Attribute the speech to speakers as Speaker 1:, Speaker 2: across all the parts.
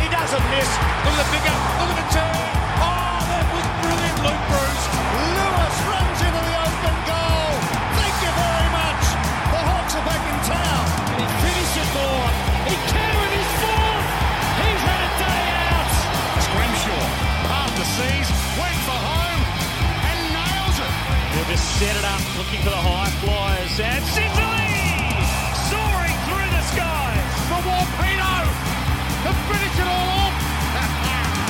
Speaker 1: Lewis. Look at the big up. Look at the turn. Oh, that was brilliant, Luke Bruce.
Speaker 2: Lewis runs into the open goal. Thank you very much. The Hawks are back in town.
Speaker 3: And he finishes Moore. He can with his fourth. He's had a day out.
Speaker 4: It's Grimshaw. After seas, went for home and nails it.
Speaker 3: He'll just set it up, looking for the high flyers. And Sicily soaring through the skies.
Speaker 4: The Warpino to finish it all off.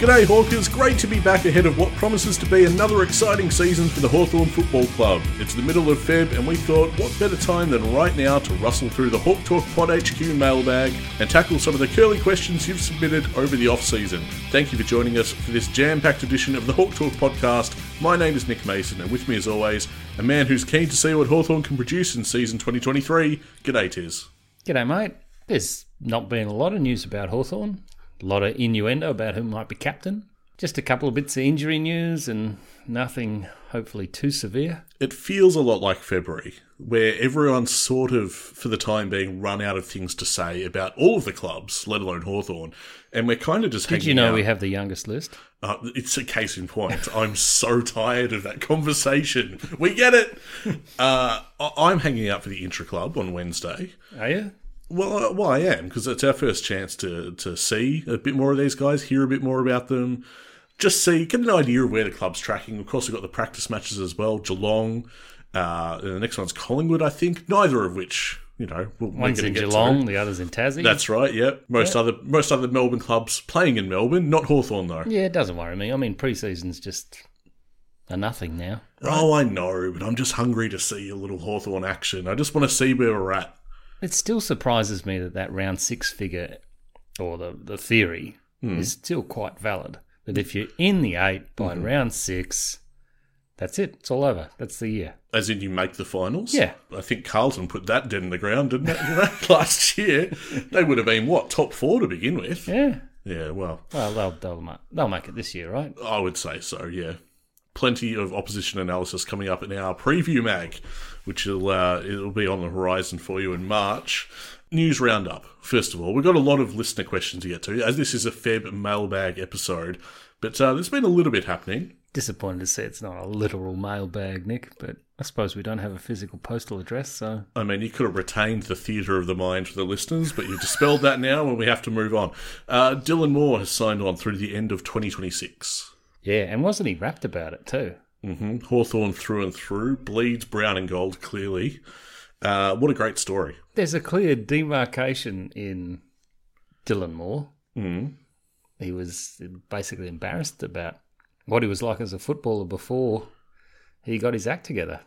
Speaker 5: G'day Hawkers, great to be back ahead of what promises to be another exciting season for the Hawthorn Football Club. It's the middle of Feb and we thought what better time than right now to rustle through the Hawk Talk Pod HQ mailbag and tackle some of the curly questions you've submitted over the off-season. Thank you for joining us for this jam-packed edition of the Hawk Talk podcast. My name is Nick Mason and with me as always, a man who's keen to see what Hawthorn can produce in season 2023. G'day Tiz.
Speaker 6: G'day, mate. There's not been a lot of news about Hawthorn. A lot of innuendo about who might be captain. Just a couple of bits of injury news and nothing, hopefully, too severe.
Speaker 5: it feels a lot like February, where everyone's sort of, for the time being, run out of things to say about all of the clubs, let alone Hawthorn, And we're kind of just
Speaker 6: Did
Speaker 5: hanging
Speaker 6: you know
Speaker 5: out.
Speaker 6: we have the youngest list?
Speaker 5: Uh, it's a case in point. I'm so tired of that conversation. We get it. Uh, I- I'm hanging out for the Intra Club on Wednesday.
Speaker 6: Are you?
Speaker 5: Well, uh, well, I am because it's our first chance to to see a bit more of these guys, hear a bit more about them, just see get an idea of where the club's tracking. Of course, we've got the practice matches as well. Geelong, uh, and the next one's Collingwood, I think. Neither of which, you know, we're, we're
Speaker 6: One's
Speaker 5: gonna
Speaker 6: in
Speaker 5: get to.
Speaker 6: Geelong, the other's in Tassie.
Speaker 5: That's right. Yep. Most other most other Melbourne clubs playing in Melbourne, not Hawthorn though.
Speaker 6: yeah, it doesn't worry me. I mean, pre-season's just a nothing now.
Speaker 5: Oh, I know, but I'm just hungry to see a little Hawthorn action. I just want to see where we're at.
Speaker 6: It still surprises me that that round six figure, or the, the theory, is still quite valid. That if you're in the eight by round six, that's it. It's all over. That's the year.
Speaker 5: As in, you make the finals.
Speaker 6: Yeah.
Speaker 5: I think Carlton put that dead in the ground, didn't they? Last year, they would have been what top four to begin with.
Speaker 6: Yeah.
Speaker 5: Yeah, well,
Speaker 6: Well, they'll, they'll, ma- they'll make it this year, right?
Speaker 5: I would say so. Yeah, plenty of opposition analysis coming up in our preview mag, which will uh, it'll be on the horizon for you in March. News roundup. First of all, we've got a lot of listener questions to get to, as this is a Feb mailbag episode. But uh, there's been a little bit happening.
Speaker 6: disappointed to see it's not a literal mailbag, Nick, but I suppose we don't have a physical postal address, so
Speaker 5: I mean, you could have retained the theatre of the mind for the listeners, but you dispelled that now and we have to move on. Uh, Dylan Moore has signed on through the end of 2026.
Speaker 6: yeah, and wasn't he rapt about it too?
Speaker 5: hmm Hawthorne through and through, bleeds brown and gold, clearly. Uh, what a great story.
Speaker 6: There's a clear demarcation in Dylan Moore. Mm. He was basically embarrassed about what he was like as a footballer before he got his act together.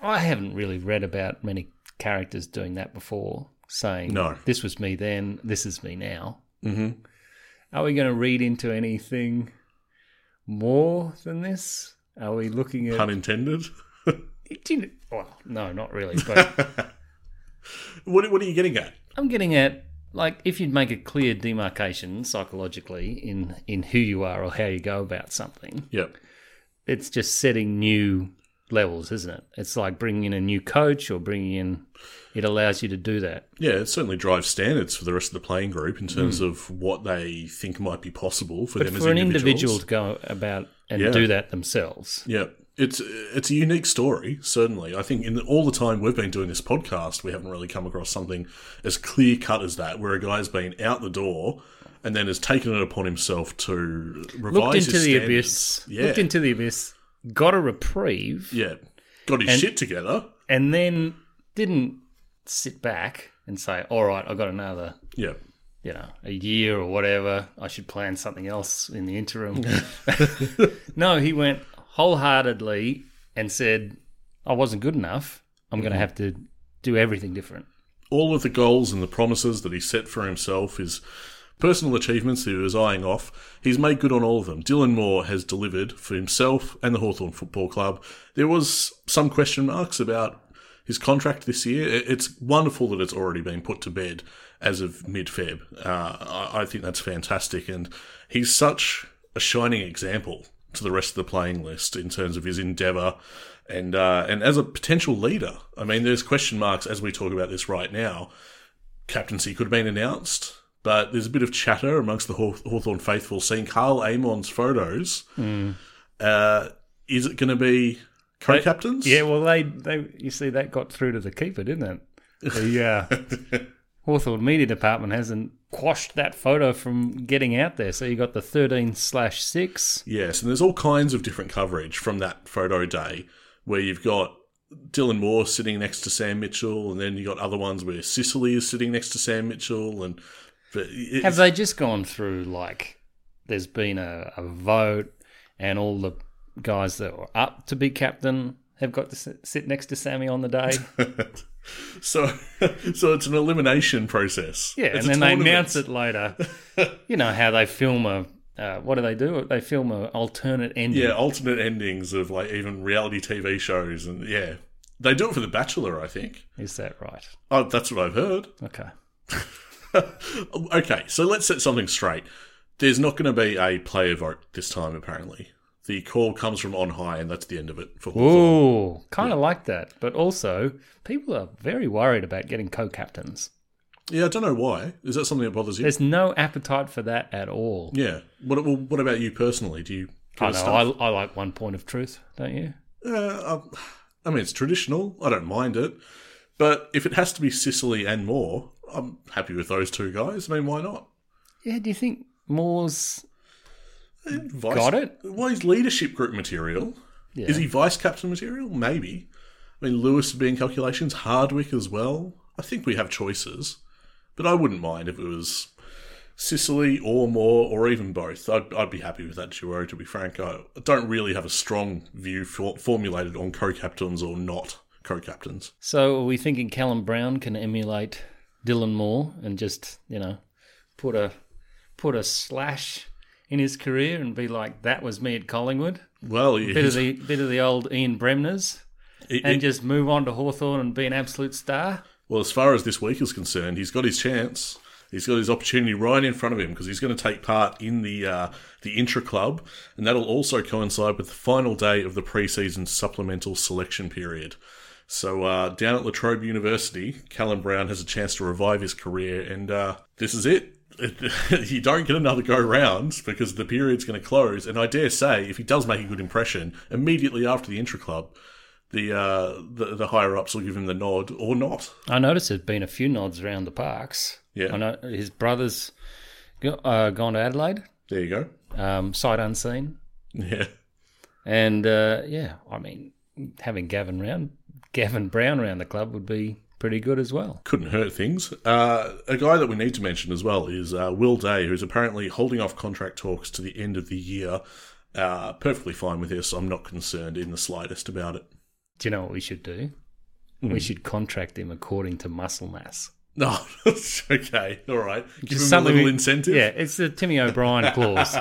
Speaker 6: I haven't really read about many characters doing that before, saying,
Speaker 5: No.
Speaker 6: this was me then, this is me now. Mm-hmm. Are we going to read into anything more than this? Are we looking at.
Speaker 5: Pun intended.
Speaker 6: Do you- well, no, not really, but.
Speaker 5: What, what are you getting at?
Speaker 6: I'm getting at like if you'd make a clear demarcation psychologically in in who you are or how you go about something,
Speaker 5: Yep.
Speaker 6: it's just setting new levels, isn't it? It's like bringing in a new coach or bringing in. It allows you to do that.
Speaker 5: Yeah, it certainly drives standards for the rest of the playing group in terms of what they think might be possible for
Speaker 6: Hmm. But
Speaker 5: them
Speaker 6: for
Speaker 5: as
Speaker 6: an
Speaker 5: individuals.
Speaker 6: individual to go about and
Speaker 5: Yeah.
Speaker 6: do that themselves,
Speaker 5: Yeah, it's it's a unique story, certainly. I think in the, all the time we've been doing this podcast, we haven't really come across something as clear cut as that, where a guy's been out the door and then has taken it upon himself to revise
Speaker 6: looked into the
Speaker 5: his
Speaker 6: abyss,
Speaker 5: standards. Yeah,
Speaker 6: looked into the abyss, got a reprieve,
Speaker 5: yeah, got his shit together.
Speaker 6: and then didn't sit back and say, "All right, I got another."
Speaker 5: Yeah,
Speaker 6: you know, a year or whatever. I should plan something else in the interim. no, he went wholeheartedly and said, I wasn't good enough. I'm going to have to do everything different.
Speaker 5: all of the goals and the promises that he set for himself, his personal achievements that he was eyeing off, he's made good on all of them. Dylan Moore has delivered for himself and the Hawthorn Football Club. There was some question marks about his contract this year. It- It's wonderful that it's already been put to bed as of mid-Feb. Uh, I- I think that's fantastic, and he's such a shining example to the rest of the playing list in terms of his endeavour and uh, and as a potential leader. I mean, there's question marks as we talk about this right now. captaincy could have been announced, but there's a bit of chatter amongst the Haw- Hawthorn faithful seeing Carl Amon's photos. Uh, is it going to be co captains?
Speaker 6: Yeah, well, they, they you see that got through to the keeper, didn't it? The uh, Hawthorne Media Department hasn't quashed that photo from getting out there. So you got the thirteen slash six.
Speaker 5: Yes, and there's all kinds of different coverage from that photo day where you've got Dylan Moore sitting next to Sam Mitchell, and then you got other ones where Sicily is sitting next to Sam Mitchell, and but it-
Speaker 6: Have they just gone through like there's been a, a vote and all the guys that were up to be captain have got to sit- sit next to Sammy on the day?
Speaker 5: so so it's an elimination process.
Speaker 6: Yeah,
Speaker 5: It's
Speaker 6: and
Speaker 5: a
Speaker 6: then they
Speaker 5: tournament.
Speaker 6: announce it later. you know how they film a uh, what do they do? They film a alternate ending.
Speaker 5: Yeah, alternate endings of like even reality TV shows, and yeah, they do it for The Bachelor, I think.
Speaker 6: Is that right?
Speaker 5: Oh, that's what I've heard.
Speaker 6: Okay.
Speaker 5: okay, so let's set something straight. There's not going to be a player vote this time, apparently. The call comes from on high, and that's the end of it for Hawthorn.
Speaker 6: Ooh, kind of like that. But also, people are very worried about getting co-captains.
Speaker 5: Yeah, I don't know why. Is that something that bothers you?
Speaker 6: There's no appetite for that at all.
Speaker 5: yeah. What well, What about you personally? Do you?
Speaker 6: I
Speaker 5: give a
Speaker 6: know.
Speaker 5: stuff?
Speaker 6: I, I like one point of truth, don't you?
Speaker 5: Uh, I, I mean, it's traditional. I don't mind it, but if it has to be Sicily and Moore, I'm happy with those two guys. I mean, why not?
Speaker 6: Yeah. Do you think Moore's?
Speaker 5: Vice,
Speaker 6: Got it.
Speaker 5: Well, he's leadership group material.
Speaker 6: Yeah.
Speaker 5: Is he vice captain material? Maybe. I mean, Lewis would be in calculations, Hardwick as well. I think we have choices, but I wouldn't mind if it was Sicily or Moore or even both. I'd, I'd be happy with that duo, to be frank. I don't really have a strong view for, formulated on co captains or not co captains.
Speaker 6: So are we thinking Callum Brown can emulate Dylan Moore and just you know put a put a slash in his career and be like that was me at Collingwood?
Speaker 5: Well,
Speaker 6: Bit of the bit of the old Ian Bremner's
Speaker 5: he-
Speaker 6: and
Speaker 5: he-
Speaker 6: just move on to Hawthorn and be an absolute star.
Speaker 5: well, as far as this week is concerned, he's got his chance. He's got his opportunity right in front of him because he's going to take part in the uh, the intra club, and that'll also coincide with the final day of the preseason supplemental selection period. So uh, down at Latrobe University, Callum Brown has a chance to revive his career, and uh, this is it. you don't get another go round because the period's going to close, and I dare say, if he does make a good impression immediately after the intra club, the, uh, the the higher ups will give him the nod or not.
Speaker 6: I noticed there's been a few nods around the parks.
Speaker 5: Yeah.
Speaker 6: I know his brother's go- uh, gone to Adelaide,
Speaker 5: There you go.
Speaker 6: um, sight unseen,
Speaker 5: Yeah.
Speaker 6: and uh, yeah, I mean having Gavin round Gavin Brown round the club would be pretty good as well.
Speaker 5: Couldn't hurt things. Uh, a guy that we need to mention as well is uh, Will Day, who's apparently holding off contract talks to the end of the year. Uh, perfectly fine with this. I'm not concerned in the slightest about it.
Speaker 6: Do you know what we should do?
Speaker 5: Hmm.
Speaker 6: We should contract him according to muscle mass.
Speaker 5: No, it's okay. All right. Give
Speaker 6: Just
Speaker 5: him a little
Speaker 6: we-
Speaker 5: incentive.
Speaker 6: Yeah, it's the Timmy O'Brien clause.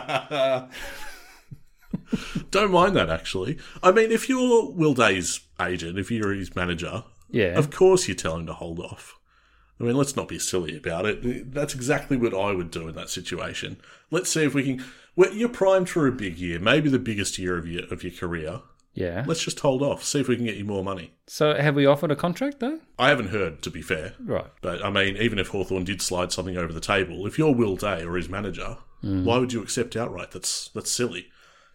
Speaker 5: Don't mind that, actually. I mean, if you're Will Day's agent, if you're his manager,
Speaker 6: Yeah.
Speaker 5: Of course, you tell him to hold off. I mean, let's not be silly about it. That's exactly what I would do in that situation. Let's see if we can. Well, you're primed for a big year, maybe the biggest year of your of your career.
Speaker 6: yeah.
Speaker 5: Let's just hold off. See if we can get you more money.
Speaker 6: So have we offered a contract though?
Speaker 5: I haven't heard, to be fair,
Speaker 6: Right.
Speaker 5: but I mean, even if Hawthorn did slide something over the table, if you're Will Day or his manager, why would you accept outright? That's that's silly.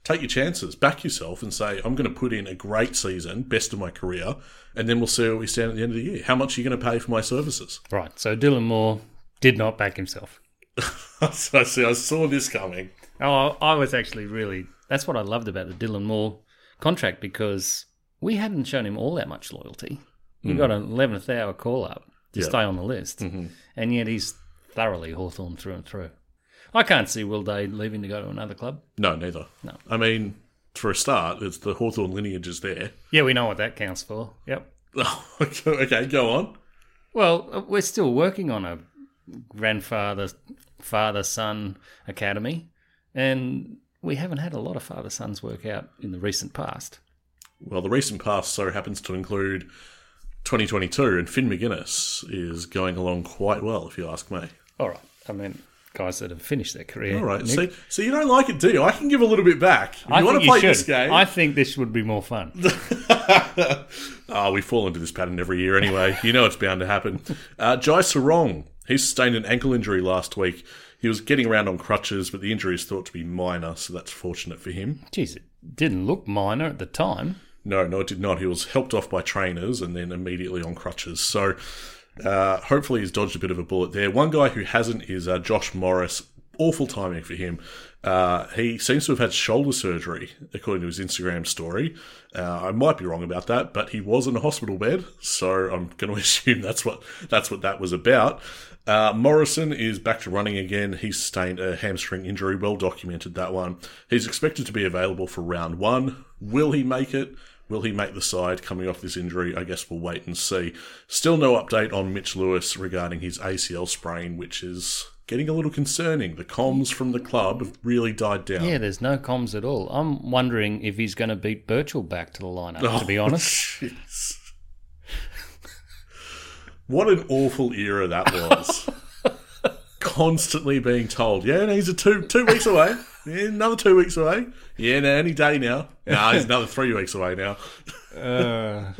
Speaker 5: Take your chances, back yourself, and say, "I'm going to put in a great season, best of my career, and then we'll see where we stand at the end of the year. How much are you going to pay for my services?"
Speaker 6: Right. So Dylan Moore did not back himself.
Speaker 5: So I see. I saw this coming.
Speaker 6: Oh, I I was actually really. That's what I loved about the Dylan Moore contract because we hadn't shown him all that much loyalty. We got an 11th hour call up to
Speaker 5: Yeah.
Speaker 6: stay on the list, and yet he's thoroughly Hawthorn through and through. I can't see Will Day leaving to go to another club.
Speaker 5: No, neither.
Speaker 6: No.
Speaker 5: I mean, for a start, it's the Hawthorn lineage is there.
Speaker 6: Yeah, we know what that counts for. Yep.
Speaker 5: okay, go on.
Speaker 6: Well, uh, we're still working on a grandfather, father son academy, and we haven't had a lot of father sons work out in the recent past.
Speaker 5: Well, the recent past so happens to include 2022, and Finn McGuinness is going along quite well, if you ask me.
Speaker 6: All right. I mean, guys that have finished their career.
Speaker 5: All right,
Speaker 6: Nick.
Speaker 5: see, so you don't like it, do you? I can give a little bit back. If you
Speaker 6: I
Speaker 5: want
Speaker 6: think
Speaker 5: to play
Speaker 6: should.
Speaker 5: this game?
Speaker 6: I think this would be more fun.
Speaker 5: Ah, we fall into this pattern every year anyway. You know it's bound to happen. Uh, Jai Sarong He sustained an ankle injury last week. He was getting around on crutches, but the injury is thought to be minor, so that's fortunate for him.
Speaker 6: Jeez, it didn't look minor at the time.
Speaker 5: No, no, it did not. He was helped off by trainers and then immediately on crutches. So uh, hopefully he's dodged a bit of a bullet there. One guy who hasn't is uh, Josh Morris. Awful timing for him. Uh, he seems to have had shoulder surgery, according to his Instagram story. Uh, I might be wrong about that, but he was in a hospital bed, so I'm going to assume that's what that's what that was about. Uh, Morrison is back to running again. He sustained a hamstring injury, well documented that one. He's expected to be available for round one. Will he make it? Will he make the side coming off this injury? I guess we'll wait and see. Still no update on Mitch Lewis regarding his ACL sprain, which is getting a little concerning. The comms from the club have really died down.
Speaker 6: Yeah, there's no comms at all. I'm wondering if he's going to beat Birchall back to the lineup, to be
Speaker 5: Oh,
Speaker 6: honest.
Speaker 5: jeez. what an awful era that was. Constantly being told, yeah, no, he's a two two weeks away. Yeah, another two weeks away. Yeah, no, any day now. No, he's another three weeks away now. Uh,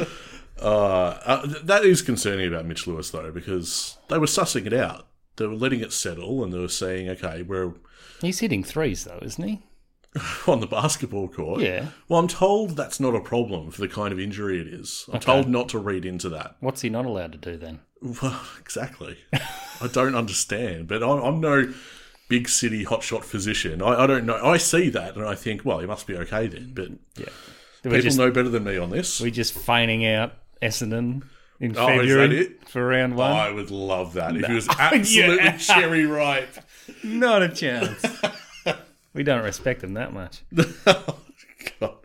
Speaker 5: uh, th- that is concerning about Mitch Lewis, though, because they were sussing it out. They were letting it settle, and they were saying, okay, we're
Speaker 6: He's hitting threes, though, isn't he?
Speaker 5: on the basketball court.
Speaker 6: Yeah.
Speaker 5: Well, I'm told that's not a problem for the kind of injury it is. I'm told not to read into that.
Speaker 6: What's he not allowed to do then?
Speaker 5: Well, exactly. I don't understand, but I'm, I'm no big city hotshot physician. I, I don't know. I see that and I think, well, he must be okay then. But
Speaker 6: We're
Speaker 5: people
Speaker 6: just,
Speaker 5: know better than me on this.
Speaker 6: we're just feigning out Essendon in
Speaker 5: Oh, is
Speaker 6: February
Speaker 5: that it?
Speaker 6: for round one.
Speaker 5: I would love that if he was absolutely cherry ripe.
Speaker 6: Not a chance. we don't respect him that much.
Speaker 5: God.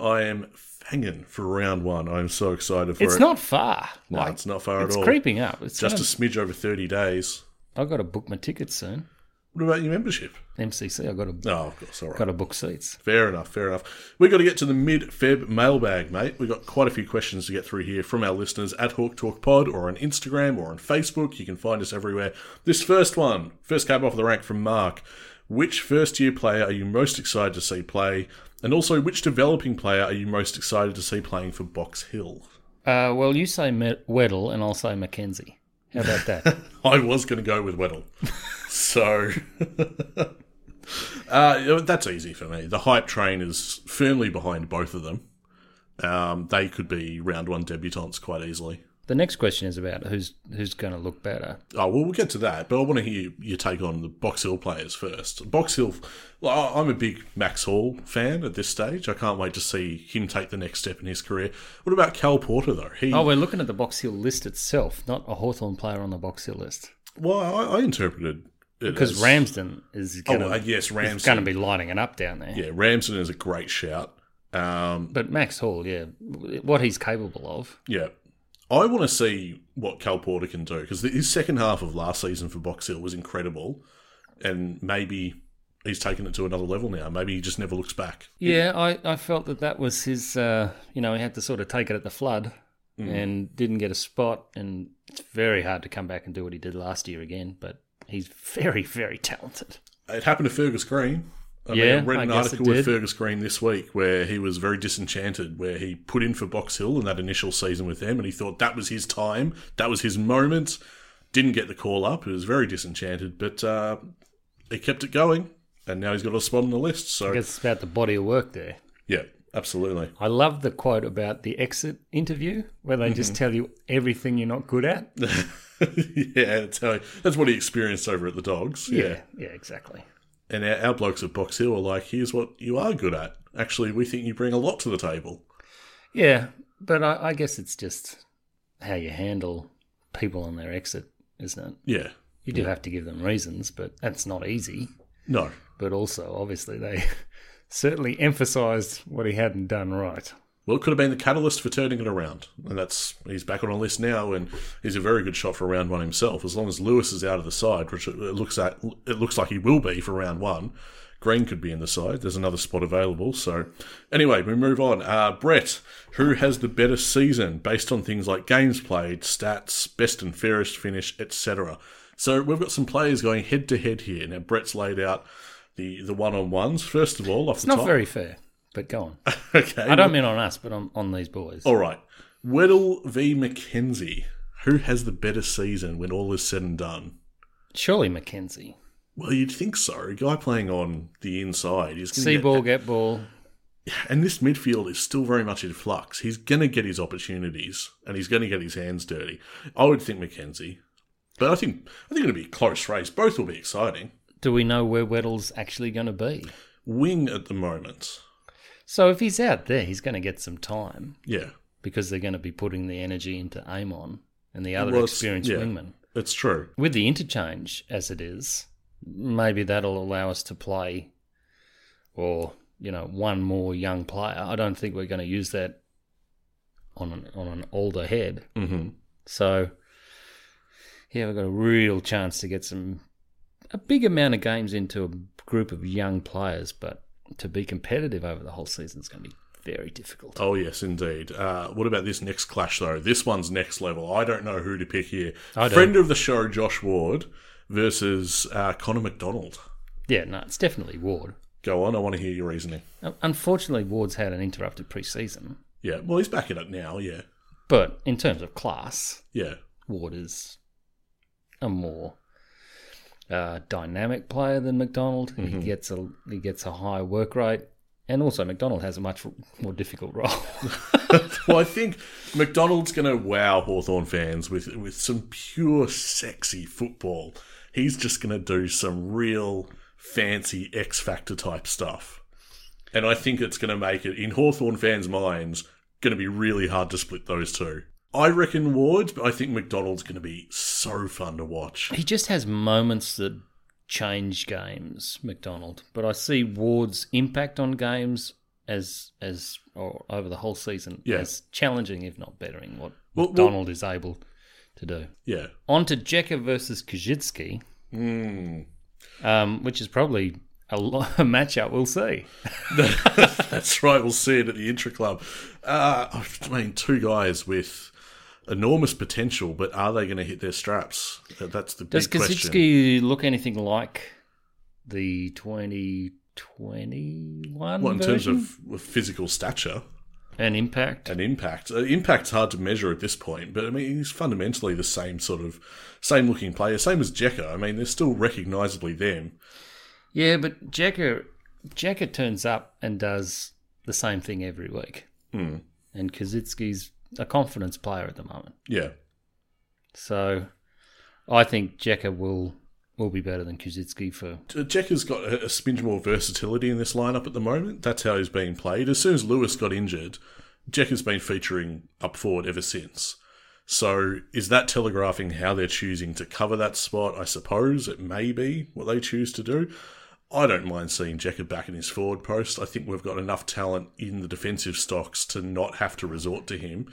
Speaker 5: I am fanging for round one. I'm so excited for
Speaker 6: It's
Speaker 5: it.
Speaker 6: not far.
Speaker 5: No, it's not far
Speaker 6: It's
Speaker 5: at all.
Speaker 6: creeping up. It's
Speaker 5: Just
Speaker 6: just
Speaker 5: a smidge over 30 days.
Speaker 6: I've got to book my tickets soon.
Speaker 5: What about your membership?
Speaker 6: MCC. I've got to
Speaker 5: No, Oh, of course. All right.
Speaker 6: got to book seats.
Speaker 5: Fair enough, fair enough. We've got to get to the mid Feb mailbag, mate. We've got quite a few questions to get through here from our listeners at Hawk Talk Pod or on Instagram or on Facebook. You can find us everywhere. This first one, first cab off the rank from Mark. Which first year player are you most excited to see play? And also, which developing player are you most excited to see playing for Box Hill?
Speaker 6: Uh, well, you say Me- Weddle, and I'll say Mackenzie. How about that?
Speaker 5: I was going to go with Weddle. so. uh, that's easy for me. The hype train is firmly behind both of them. Um, they could be round one debutantes quite easily.
Speaker 6: the next question is about who's who's going to look better.
Speaker 5: Oh, well, we'll get to that, but I want to hear your take on the Box Hill players first. Box Hill, well, I- I'm a big Max Hall fan at this stage. I can't wait to see him take the next step in his career. What about Cal Porter, though? He,
Speaker 6: Oh, we're looking at the Box Hill list itself, not a Hawthorn player on the Box Hill list.
Speaker 5: well, I, I interpreted it
Speaker 6: Because
Speaker 5: as-
Speaker 6: Ramsden is
Speaker 5: Oh,
Speaker 6: going to
Speaker 5: uh, yes, Ramsden.
Speaker 6: going to be lighting it up down there.
Speaker 5: Yeah, Ramsden is a great shout. Um,
Speaker 6: But Max Hall, yeah, what he's capable of.
Speaker 5: Yeah. I want to see what Cal Porter can do because his second half of last season for Box Hill was incredible, and maybe he's taken it to another level now. Maybe he just never looks back.
Speaker 6: Yeah, I, I felt that that was his. Uh, you know, he had to sort of take it at the flood, and didn't get a spot. And it's very hard to come back and do what he did last year again. But he's very, very talented.
Speaker 5: It happened to Fergus Green. I
Speaker 6: Yeah,
Speaker 5: I read
Speaker 6: I
Speaker 5: an
Speaker 6: guess
Speaker 5: article
Speaker 6: it
Speaker 5: with
Speaker 6: did.
Speaker 5: Fergus Green this week where he was very disenchanted, where he put in for Box Hill in that initial season with them, and he thought that was his time, that was his moment. Didn't get the call up. He was very disenchanted, but uh, he kept it going, and now he's got a spot on the list. So
Speaker 6: I guess it's about the body of work there.
Speaker 5: yeah, absolutely.
Speaker 6: I love the quote about the exit interview where they just tell you everything you're not good at. Mm-hmm. Yeah,
Speaker 5: yeah, that's, how, that's what he experienced over at the Dogs. Yeah.
Speaker 6: yeah, exactly.
Speaker 5: And our, our blokes at Box Hill are like, here's what you are good at. Actually, we think you bring a lot to the table.
Speaker 6: Yeah, but I, I guess it's just how you handle people on their exit, isn't it?
Speaker 5: Yeah.
Speaker 6: You do have to give them reasons, but that's not easy.
Speaker 5: No.
Speaker 6: But also, obviously, they certainly emphasised what he hadn't done right.
Speaker 5: Well, it could have been the catalyst for turning it around. And that's, he's back on a list now, and he's a very good shot for round one himself. As long as Lewis is out of the side, which it it looks, at, it looks like he will be for round one, Green could be in the side. There's another spot available. So, anyway, we move on. Uh, Brett, who has the better season based on things like games played, stats, best and fairest finish, etc.? So, we've got some players going head to head here. Now, Brett's laid out the, the one on ones. First of all, off the
Speaker 6: Not
Speaker 5: top.
Speaker 6: very fair, but go on. Oh.
Speaker 5: okay.
Speaker 6: I don't mean on us, but on, on these boys.
Speaker 5: All right. Weddle v. McKenzie. Who has the better season when all is said and done?
Speaker 6: Surely McKenzie.
Speaker 5: Well, you'd think so. A guy playing on the inside is
Speaker 6: See
Speaker 5: going
Speaker 6: ball,
Speaker 5: to
Speaker 6: get ball.
Speaker 5: and this midfield is still very much in flux. He's going to get his opportunities and he's going to get his hands dirty. I would think McKenzie, but I think I think it'll be a close race. Both will be exciting.
Speaker 6: Do we know where Weddle's actually going to be?
Speaker 5: Wing at the moment,
Speaker 6: So if he's out there, he's going to get some time
Speaker 5: yeah,
Speaker 6: because they're going to be putting the energy into Amon and the other
Speaker 5: Well, it's-
Speaker 6: experienced
Speaker 5: yeah.
Speaker 6: wingman.
Speaker 5: it's true.
Speaker 6: With the interchange as it is, maybe that'll allow us to play or, you know, one more young player. I don't think we're going to use that on an, on an older head.
Speaker 5: hmm
Speaker 6: So, yeah, we've got a real chance to get some a big amount of games into a group of young players, but to be competitive over the whole season is going to be very difficult.
Speaker 5: Oh yes, indeed. Uh, what about this next clash though? This one's next level. I don't know who to pick here.
Speaker 6: I don't.
Speaker 5: Friend of the show, Josh Ward versus uh, Connor McDonald.
Speaker 6: Yeah, no, it's definitely Ward.
Speaker 5: Go on. I want to hear your reasoning.
Speaker 6: Um, Unfortunately, Ward's had an interrupted preseason,
Speaker 5: Yeah. Well, he's backing up now. Yeah.
Speaker 6: but in terms of class,
Speaker 5: Yeah.
Speaker 6: Ward is a more uh, dynamic player than McDonald.
Speaker 5: Mm-hmm.
Speaker 6: He gets a he gets a high work rate, and also McDonald has a much more difficult role.
Speaker 5: well, I think McDonald's going to wow Hawthorn fans with with some pure sexy football. He's just going to do some real fancy X Factor type stuff. And I think it's going to make it, in Hawthorn fans' minds, going to be really hard to split those two. I reckon Ward's, but I think McDonald's going to be so fun to watch.
Speaker 6: He just has moments that change games, McDonald. But I see Ward's impact on games as as or over the whole season
Speaker 5: Yeah.
Speaker 6: as challenging, if not bettering, what
Speaker 5: Well, well-
Speaker 6: McDonald is able to do.
Speaker 5: Yeah.
Speaker 6: On to Jekka versus Kajitsky, Hmm.
Speaker 5: Mm.
Speaker 6: um, which is probably a, lo- a matchup we'll see.
Speaker 5: That's right. We'll see it at the Intra Club. Uh, I mean, two guys with enormous potential, but are they going to hit their straps? That- That's the
Speaker 6: Does
Speaker 5: big question.
Speaker 6: Kazitsky look anything like the 2021
Speaker 5: Well, in terms
Speaker 6: version?
Speaker 5: of physical stature
Speaker 6: and impact?
Speaker 5: and impact, uh, impact's hard to measure at this point. But I mean, he's fundamentally the same sort of same looking player, same as Jekka. I mean, they're still recognisably them.
Speaker 6: Yeah, but Jacker Jacker turns up and does the same thing every week.
Speaker 5: Hmm.
Speaker 6: Mm. And Kaczynski's a confidence player at the moment.
Speaker 5: Yeah,
Speaker 6: So I think Jacker will will be better than Kaczynski for
Speaker 5: Jekka's got a, a smidge more versatility in this lineup at the moment. That's how he's been played. As soon as Lewis got injured, Jekka's been featuring up forward ever since. So is that telegraphing how they're choosing to cover that spot? I suppose it may be what they choose to do. I don't mind seeing Jekka back in his forward post. I think we've got enough talent in the defensive stocks to not have to resort to him.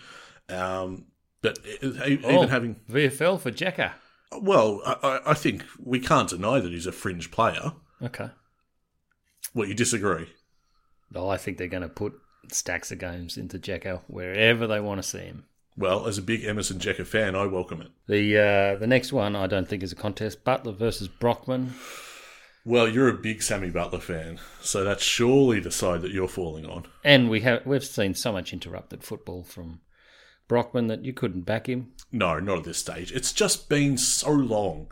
Speaker 5: Um, but e- e- even
Speaker 6: Oh,
Speaker 5: having
Speaker 6: VFL for Jacker.
Speaker 5: well, I, I- I think we can't deny that he's a fringe player.
Speaker 6: Okay.
Speaker 5: Well, you disagree.
Speaker 6: Well, I think they're going to put stacks of games into Jacker wherever they want to see him.
Speaker 5: Well, as a big Emerson Jecker fan, I welcome it.
Speaker 6: The uh, the next one I don't think is a contest. Butler versus Brockman.
Speaker 5: Well, you're a big Sammy Butler fan, so that's surely the side that you're falling on.
Speaker 6: And we have we've seen so much interrupted football from Brockman that you couldn't back him.
Speaker 5: No, not at this stage. It's just been so long.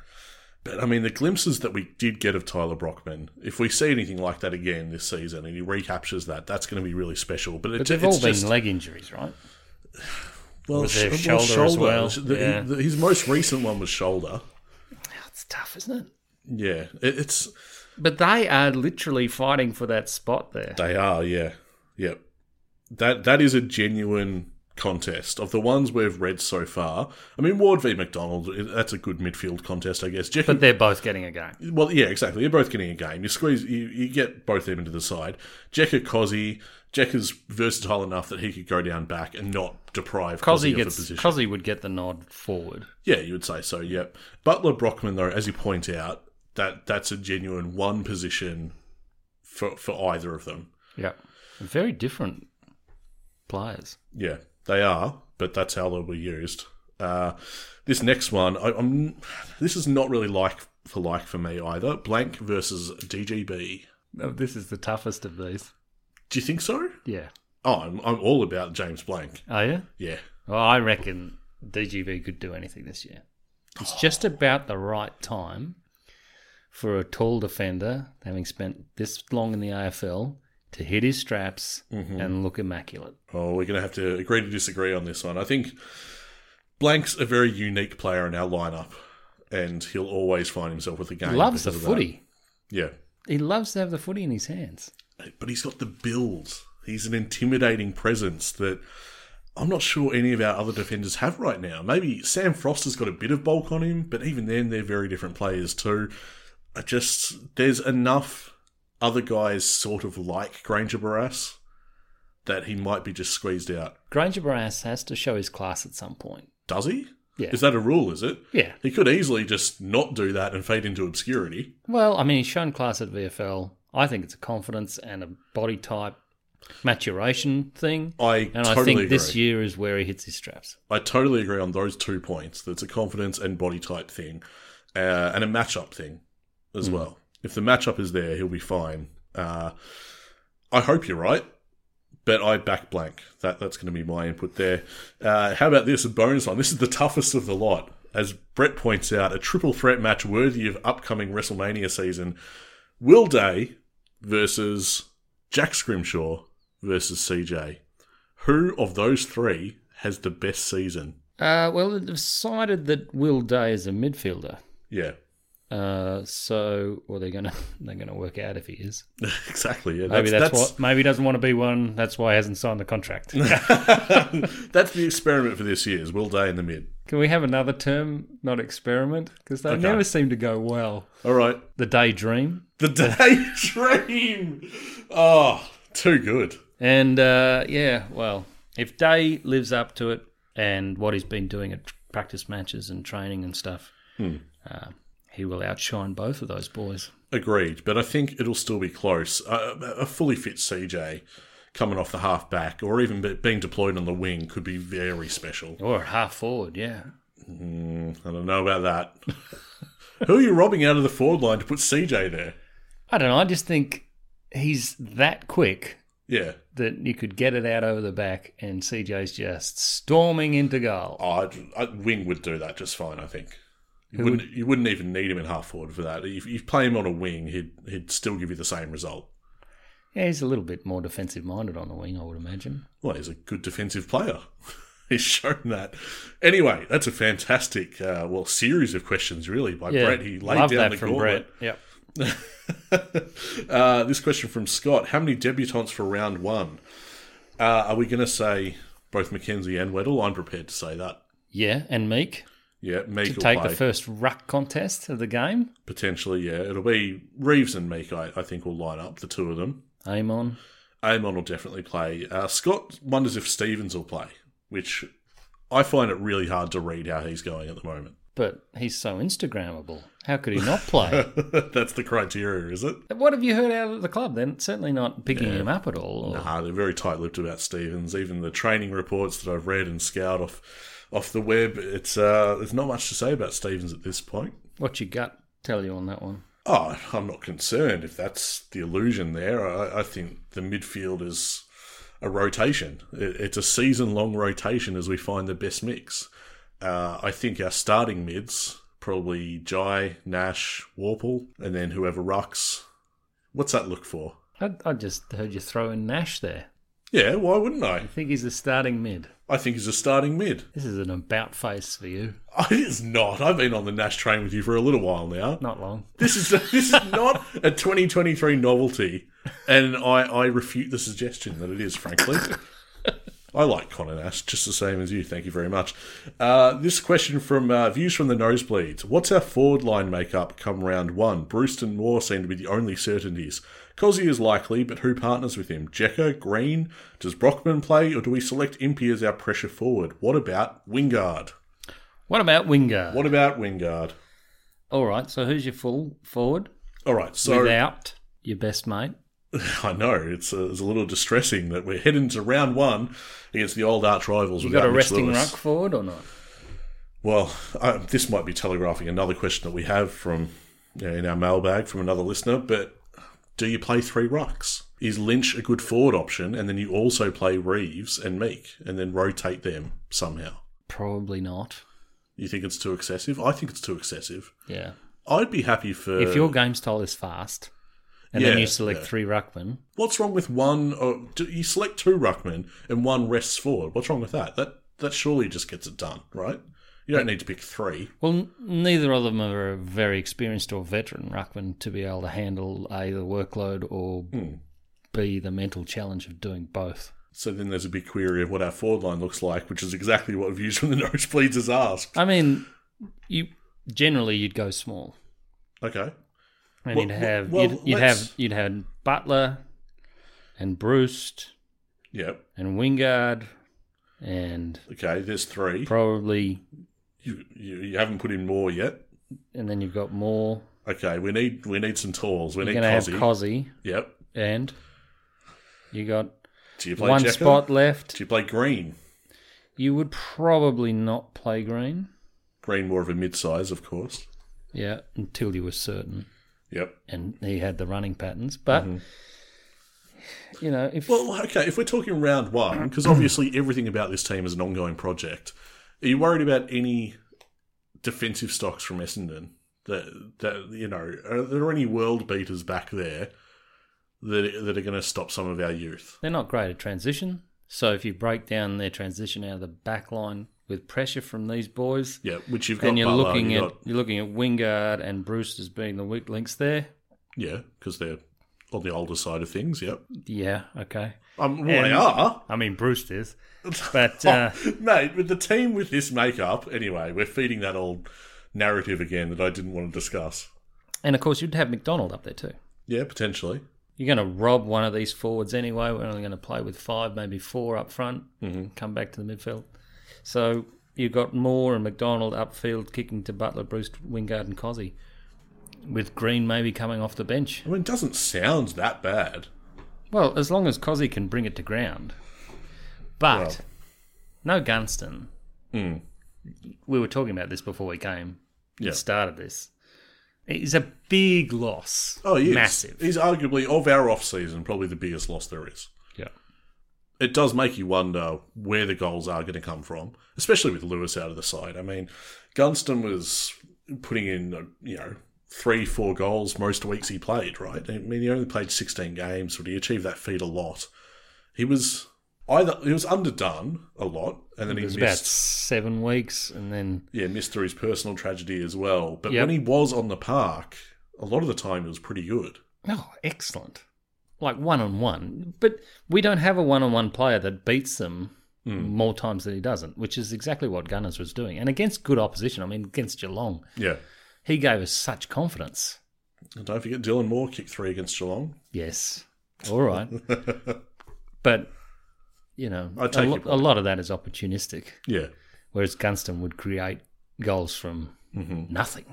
Speaker 5: But I mean, the glimpses that we did get of Tyler Brockman, if we see anything like that again this season and he recaptures that, that's going to be really special. But,
Speaker 6: But
Speaker 5: it,
Speaker 6: they've
Speaker 5: it's
Speaker 6: all been
Speaker 5: just,
Speaker 6: leg injuries, right?
Speaker 5: well,
Speaker 6: with their
Speaker 5: sh-
Speaker 6: shoulder as well.
Speaker 5: The-
Speaker 6: Yeah.
Speaker 5: the- his most recent one was shoulder.
Speaker 6: It's tough, isn't it?
Speaker 5: Yeah, it, it's
Speaker 6: But they are literally fighting for that spot there.
Speaker 5: They are, yeah, yep. That that is a genuine contest of the ones we've read so far. I mean, Ward v McDonald, i- that's a good midfield contest, I guess. Jeff-
Speaker 6: But they're both getting a game.
Speaker 5: well, yeah, exactly. You're both getting a game. You squeeze, you, you get both them into the side. Jekka Cozzy, Jekka's versatile enough that he could go down back and not deprive Cozzy
Speaker 6: Cozzy
Speaker 5: of a
Speaker 6: gets
Speaker 5: position.
Speaker 6: Cozzy would get the nod forward.
Speaker 5: Yeah, you would say so. Yep. Butler Brockman, though, as you point out, that that's a genuine one position for for either of them.
Speaker 6: Yeah. Very different players.
Speaker 5: Yeah, they are, but that's how they'll be used. Uh, this next one, I, I'm. This is not really like for like for me either. Blank versus DGB.
Speaker 6: Oh, this is the toughest of these.
Speaker 5: Do you think so?
Speaker 6: Yeah.
Speaker 5: Oh, I'm, I'm all about James Blank.
Speaker 6: Are you?
Speaker 5: Yeah,
Speaker 6: Well, I reckon DGV could do anything this year. It's just about the right time for a tall defender, having spent this long in the AFL, to hit his straps
Speaker 5: Mm-hmm.
Speaker 6: and look immaculate.
Speaker 5: Oh, we're going to have to agree to disagree on this one. I think Blank's a very unique player in our lineup, and he'll always find himself with the game.
Speaker 6: Loves the
Speaker 5: because of that.
Speaker 6: footy.
Speaker 5: Yeah,
Speaker 6: He loves to have the footy in his hands.
Speaker 5: but he's got the build. He's an intimidating presence that I'm not sure any of our other defenders have right now. Maybe Sam Frost has got a bit of bulk on him, but even then, they're very different players too. I just there's enough other guys sort of like Granger Barras that he might be just squeezed out.
Speaker 6: Granger Barras has to show his class at some point.
Speaker 5: Does he?
Speaker 6: Yeah.
Speaker 5: Is that a rule? Is it?
Speaker 6: Yeah.
Speaker 5: He could easily just not do that and fade into obscurity.
Speaker 6: Well, I mean, he's shown class at VFL. I think it's a confidence and a body type maturation thing.
Speaker 5: I
Speaker 6: and
Speaker 5: totally
Speaker 6: I think
Speaker 5: agree.
Speaker 6: this year is where he hits his straps.
Speaker 5: I totally agree on those two points. That's a confidence and body type thing, uh, and a matchup thing as well. If the matchup is there, he'll be fine. Uh, I hope you're right, but I back blank. That that's going to be my input there. Uh, how about this a bonus one? This is the toughest of the lot, as Brett points out, a triple threat match worthy of upcoming WrestleMania season. Will Day versus Jack Scrimshaw versus CJ. Who of those three has the best season?
Speaker 6: Uh, well, it decided that Will Day is a midfielder.
Speaker 5: Yeah,
Speaker 6: Uh, so, well, they're gonna they're gonna work out if he is.
Speaker 5: exactly. Yeah,
Speaker 6: Maybe that's, what. Maybe he doesn't want to be one. That's why he hasn't signed the contract.
Speaker 5: that's the experiment for this year. Is Will Day in the mid?
Speaker 6: Can we have another term, not experiment? Because they never seem to go well.
Speaker 5: All right,
Speaker 6: The daydream.
Speaker 5: the daydream. Oh, too good.
Speaker 6: And uh, yeah, well, if Day lives up to it and what he's been doing at practice matches and training and stuff, uh, he will outshine both of those boys.
Speaker 5: Agreed, but I think it'll still be close. A, a fully fit CJ coming off the half back, or even be- being deployed on the wing, could be very special.
Speaker 6: Or a half forward, yeah.
Speaker 5: I don't know about that. Who are you robbing out of the forward line to put CJ there?
Speaker 6: I don't know. I just think he's that quick
Speaker 5: Yeah,
Speaker 6: that you could get it out over the back, and CJ's just storming into goal.
Speaker 5: I'd, i wing would do that just fine. I think you wouldn't. You wouldn't even need him in half forward for that. If you play him on a wing, he'd he'd still give you the same result.
Speaker 6: Yeah, he's a little bit more defensive minded on the wing, I would imagine.
Speaker 5: Well, he's a good defensive player. he's shown that. Anyway, that's a fantastic uh, well series of questions really by
Speaker 6: Yeah,
Speaker 5: Brett. He laid
Speaker 6: love
Speaker 5: down
Speaker 6: that
Speaker 5: the
Speaker 6: from
Speaker 5: gauntlet.
Speaker 6: Brett. Yep.
Speaker 5: Uh, this question from Scott: How many debutants for round one? Uh, are we going to say both Mackenzie and Weddle? I'm prepared to say that.
Speaker 6: Yeah, and Meek
Speaker 5: Yeah, Meek
Speaker 6: to
Speaker 5: will
Speaker 6: take
Speaker 5: play.
Speaker 6: the first ruck contest of the game.
Speaker 5: Potentially, yeah. It'll be Reeves and Meek, I, I think, will line up, the two of them.
Speaker 6: Amon.
Speaker 5: Amon will definitely play. Uh, Scott wonders if Stevens will play, which I find it really hard to read how he's going at the moment.
Speaker 6: But he's so Instagrammable. How could he not play?
Speaker 5: That's the criteria, is it?
Speaker 6: what have you heard out of the club then? Certainly not picking him up at all. or-
Speaker 5: Ah, they're very tight-lipped about Stevens. Even the training reports that I've read and scoured off off the web, it's uh, there's not much to say about Stevens at this point.
Speaker 6: What's your gut tell you on that one?
Speaker 5: Oh, I'm not concerned if that's the illusion there. I, I think the midfield is a rotation. It, it's a season long rotation as we find the best mix. Uh, I think our starting mids probably Jai, Nash, Warple, and then whoever rucks. What's that look for?
Speaker 6: I, I just heard you throw in Nash there.
Speaker 5: Yeah, why wouldn't I?
Speaker 6: I think he's a starting mid.
Speaker 5: I think he's a starting mid.
Speaker 6: This is an about face for you.
Speaker 5: It's not. I've been on the Nash train with you for a little while now.
Speaker 6: Not long.
Speaker 5: This is this is not a 2023 novelty, and I, I refute the suggestion that it is. Frankly, I like Connor Nash just the same as you. Thank you very much. Uh, this question from uh, views from the nosebleeds: What's our forward line makeup come round one? Bruce and Moore seem to be the only certainties. Cozzy is likely, but who partners with him? Jekka, Green? Does Brockman play, or do we select Impey as our pressure forward? What about Wingard?
Speaker 6: What about Winger?
Speaker 5: What about Wingard?
Speaker 6: All right, so who's your full forward?
Speaker 5: All right, so
Speaker 6: Without your best mate.
Speaker 5: I know it's a, it's a little distressing that we're heading to round one against the old arch rivals.
Speaker 6: You
Speaker 5: without
Speaker 6: got a
Speaker 5: Mitch
Speaker 6: resting
Speaker 5: Lewis.
Speaker 6: ruck forward or not?
Speaker 5: Well, I, this might be telegraphing another question that we have from you know, in our mailbag from another listener. But do you play three rucks? Is Lynch a good forward option, and then you also play Reeves and Meek, and then rotate them somehow?
Speaker 6: Probably not.
Speaker 5: You think it's too excessive? I think it's too excessive.
Speaker 6: Yeah.
Speaker 5: I'd be happy for
Speaker 6: if your game style is fast, and
Speaker 5: Uh,
Speaker 6: then
Speaker 5: yeah,
Speaker 6: you select
Speaker 5: yeah.
Speaker 6: three ruckmen,
Speaker 5: What's wrong with one? Or do you select two ruckmen and one rests forward. What's wrong with that? That that surely just gets it done, right? You don't need to pick three.
Speaker 6: well, n- neither of them are a very experienced or veteran ruckman to be able to handle a the workload or
Speaker 5: Hmm.
Speaker 6: b the mental challenge of doing both.
Speaker 5: So then there's a big query of what our forward line looks like, which is exactly what views from the nosebleeds has asked.
Speaker 6: I mean, you generally you'd go small,
Speaker 5: Okay,
Speaker 6: and
Speaker 5: Well,
Speaker 6: you'd have
Speaker 5: well,
Speaker 6: you'd, you'd
Speaker 5: let's-
Speaker 6: have you'd have Butler and Bruce
Speaker 5: yep.
Speaker 6: and Wingard and
Speaker 5: Okay, there's three.
Speaker 6: probably
Speaker 5: You, you you haven't put in more yet.
Speaker 6: and then you've got more.
Speaker 5: Okay, we need we need some talls. We
Speaker 6: You're
Speaker 5: need
Speaker 6: going to have
Speaker 5: Cozzy.
Speaker 6: Cozzy
Speaker 5: yep.
Speaker 6: and you got
Speaker 5: Do you play
Speaker 6: one
Speaker 5: Jekka?
Speaker 6: spot left.
Speaker 5: Do you play Green?
Speaker 6: You would probably not play green.
Speaker 5: Green more of a mid size, of course.
Speaker 6: Yeah, until you were certain.
Speaker 5: Yep. Mm-hmm.
Speaker 6: And he had the running patterns. But, you know, if.
Speaker 5: Well, okay, if we're talking round one, because obviously everything about this team is an ongoing project, are you worried about any defensive stocks from Essendon? That, that you know, are there any world beaters back there that that are going to stop some of our youth?
Speaker 6: they're not great at transition. So if you break down their transition out of the back line with pressure from these boys,
Speaker 5: Yeah, which you've got.
Speaker 6: and you're
Speaker 5: Butler,
Speaker 6: looking
Speaker 5: you've
Speaker 6: at
Speaker 5: got-
Speaker 6: you're looking at Wingard and Bruce as being the weak links there.
Speaker 5: yeah, because they're on the older side of things. Yep,
Speaker 6: Yeah, okay.
Speaker 5: um, well, they
Speaker 6: And-
Speaker 5: are,
Speaker 6: I mean Bruce is. But uh,
Speaker 5: mate. With the team with this makeup, anyway, we're feeding that old narrative again that I didn't want to discuss.
Speaker 6: and of course you'd have McDonald up there too.
Speaker 5: Yeah, potentially.
Speaker 6: You're going to rob one of these forwards anyway. We're only going to play with five, maybe four up front, come back to the midfield. So you've got Moore and McDonald upfield kicking to Butler, Bruce, Wingard, and Cozzy, with Green maybe coming off the bench.
Speaker 5: I mean, it doesn't sound that bad.
Speaker 6: Well, as long as Cozzy can bring it to ground. But no Gunston. We were talking about this before we came.
Speaker 5: Hmm. Yeah.
Speaker 6: Started this. It is a big loss.
Speaker 5: Oh, he is.
Speaker 6: Massive.
Speaker 5: He's arguably of our off season, probably the biggest loss there is.
Speaker 6: yeah.
Speaker 5: It does make you wonder where the goals are going to come from, especially with Lewis out of the side. I mean, Gunston was putting in uh, you know three, four goals most weeks he played. Right? I mean, he only played sixteen games, but he achieved that feat a lot. He was either he was underdone a lot, and then he
Speaker 6: It was
Speaker 5: missed.
Speaker 6: about seven weeks, and then
Speaker 5: yeah, missed through his personal tragedy as well. But
Speaker 6: Yep.
Speaker 5: when he was on the park, a lot of the time it was pretty good.
Speaker 6: Oh, excellent. Like one on one. But we don't have a one on one player that beats them
Speaker 5: Hmm.
Speaker 6: more times than he doesn't, which is exactly what Gunners was doing. And against good opposition, I mean, against Geelong,
Speaker 5: Yeah.
Speaker 6: he gave us such confidence.
Speaker 5: And don't forget Dylan Moore kicked three against Geelong.
Speaker 6: Yes. All right. but, you know,
Speaker 5: I
Speaker 6: a,
Speaker 5: take
Speaker 6: lo-
Speaker 5: your
Speaker 6: a lot of that is opportunistic,
Speaker 5: Yeah.
Speaker 6: whereas Gunston would create goals from
Speaker 5: Mm-hmm.
Speaker 6: nothing.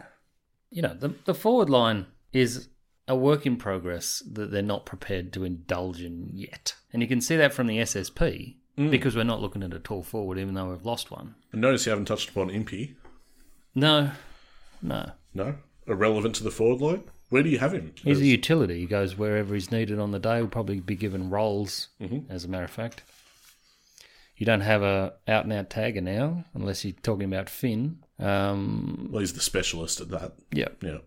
Speaker 6: You know, the, the forward line is a work in progress that they're not prepared to indulge in yet. And you can see that from the SSP
Speaker 5: Mm.
Speaker 6: because we're not looking at a tall forward, even though we've lost one.
Speaker 5: And notice you haven't touched upon Impy.
Speaker 6: No, no.
Speaker 5: No? Irrelevant to the forward line? Where do you have him?
Speaker 6: He's a utility. He goes wherever he's needed on the day. He'll probably be given roles, as a matter of fact. You don't have a out and out tagger now, unless you're talking about Finn. Um,
Speaker 5: well, he's the specialist at that.
Speaker 6: yeah.
Speaker 5: Yeah.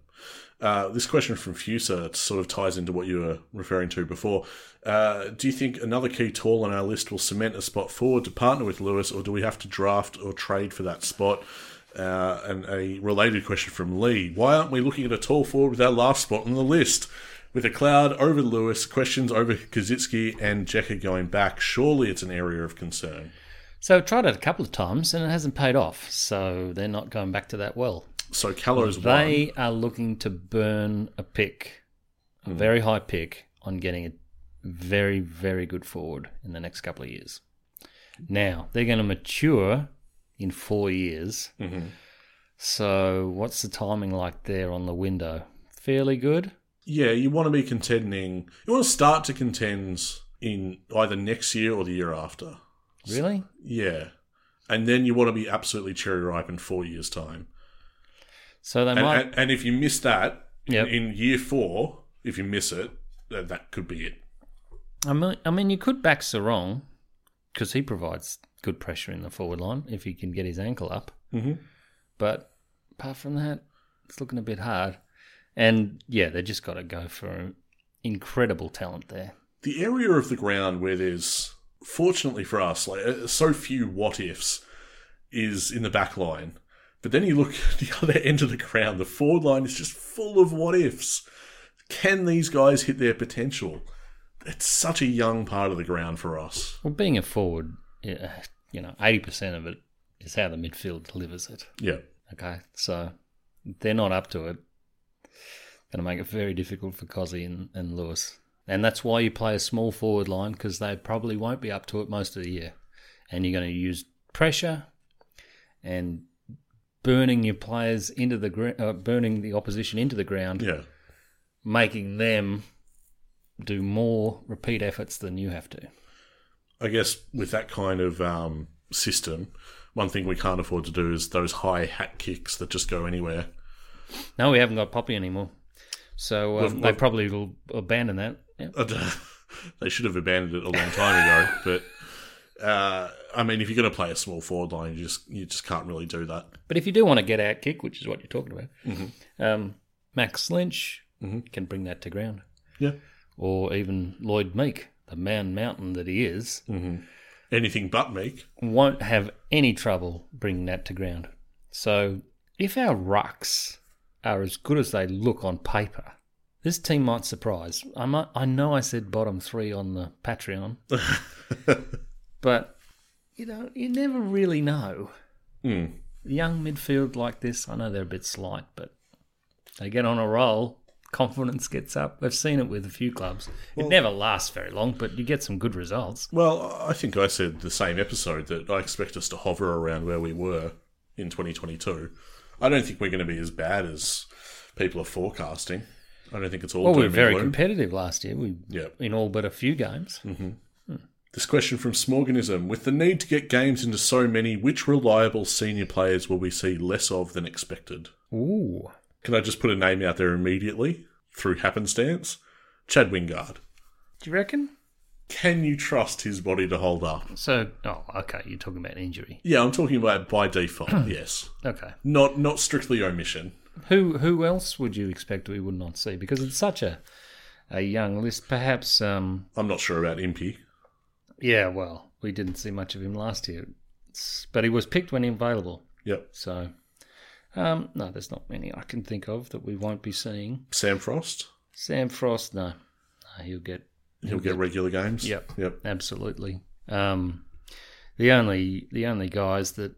Speaker 5: Uh, this question from Fusa it sort of ties into what you were referring to before. Uh, do you think another key tall on our list will cement a spot forward to partner with Lewis, or do we have to draft or trade for that spot? Uh, and a related question from Lee Why aren't we looking at a tall forward with our last spot on the list? With a cloud over Lewis, questions over Kaczynski and Jekka going back, surely it's an area of concern.
Speaker 6: So I've tried it a couple of times and it hasn't paid off. So they're not going back to that well.
Speaker 5: So Callow's one. Hmm.
Speaker 6: They are looking to burn a pick, a very high pick, on getting a very, very good forward in the next couple of years. Now, they're going to mature in four years.
Speaker 5: Mm-hmm.
Speaker 6: So, what's the timing like there on the window? Fairly good.
Speaker 5: Yeah, you want to be contending. You want to start to contend in either next year or the year after.
Speaker 6: Really?
Speaker 5: Yeah. And then you want to be absolutely cherry ripe in four years' time.
Speaker 6: So, they
Speaker 5: And,
Speaker 6: might.
Speaker 5: and, and if you miss that in-
Speaker 6: Yep.
Speaker 5: in, year four, if you miss it, that, that could be it.
Speaker 6: I mean, I mean, you could back Sarong because he provides good pressure in the forward line if he can get his ankle up. Mm-hmm. But apart from that, it's looking a bit hard. And yeah, they just got to go for incredible talent there.
Speaker 5: the area of the ground where there's fortunately for us like uh, so few what ifs is in the back line but then you look at the other end of the ground the forward line is just full of what ifs can these guys hit their potential it's such a young part of the ground for us
Speaker 6: Well, being a forward, yeah, you know, 80% of it is how the midfield delivers it.
Speaker 5: yeah
Speaker 6: Okay, so they're not up to it. Going to make it very difficult for Cozzy and, and Lewis. And that's why you play a small forward line because they probably won't be up to it most of the year. And you're going to use pressure and burning your players into the gr- uh, burning the opposition into the ground,
Speaker 5: yeah
Speaker 6: making them do more repeat efforts than you have to.
Speaker 5: I guess with that kind of um, system, one thing we can't afford to do is those high hat kicks that just go anywhere.
Speaker 6: No, we haven't got Poppy anymore, so um,
Speaker 5: We've-
Speaker 6: they
Speaker 5: we've-
Speaker 6: probably will abandon that. Yeah.
Speaker 5: I don't- they should have abandoned it a long time ago. But uh, I mean, if you're going to play a small forward line, you just you just can't really do that.
Speaker 6: But if you do want to get out kick, which is what you're talking about, um, Max Lynch can bring that to ground,
Speaker 5: Yeah.
Speaker 6: or even Lloyd Meek, the man mountain that he is,
Speaker 5: Anything but meek.
Speaker 6: won't have any trouble bringing that to ground. So if our rucks are as good as they look on paper, this team might surprise. I might, I know I said bottom three on the Patreon, but you know you never really know. Young midfield like this, I know they're a bit slight, but they get on a roll. Confidence gets up. We've seen it with a few clubs. it never lasts very long, but you get some good results.
Speaker 5: Well, I think I said the same episode that I expect us to hover around where we were in 2022. I don't think we're going to be as bad as people are forecasting. I don't think it's all.
Speaker 6: Well, we
Speaker 5: doom
Speaker 6: were
Speaker 5: and
Speaker 6: very
Speaker 5: gloom.
Speaker 6: competitive last year. We
Speaker 5: Yeah.
Speaker 6: in all but a few games.
Speaker 5: This question from Smorganism. With the need to get games into so many, which reliable senior players will we see less of than expected?
Speaker 6: Ooh,
Speaker 5: Can I just put a name out there immediately through happenstance? Chad Wingard.
Speaker 6: do you reckon?
Speaker 5: Can you trust his body to hold up?
Speaker 6: So, oh, okay, you're talking about injury.
Speaker 5: Yeah, I'm talking about by default, yes.
Speaker 6: Okay,
Speaker 5: Not not strictly omission.
Speaker 6: who who else would you expect we would not see? Because it's such a a young list. Perhaps, um,
Speaker 5: I'm not sure about Impy.
Speaker 6: yeah. Well, we didn't see much of him last year, It's- but he was picked when available.
Speaker 5: Yep.
Speaker 6: So, um, no, there's not many I can think of that we won't be seeing.
Speaker 5: Sam Frost.
Speaker 6: Sam Frost, no, no he'll get
Speaker 5: He'll get regular games.
Speaker 6: Yep.
Speaker 5: Yep.
Speaker 6: absolutely. Um, the only the only guys that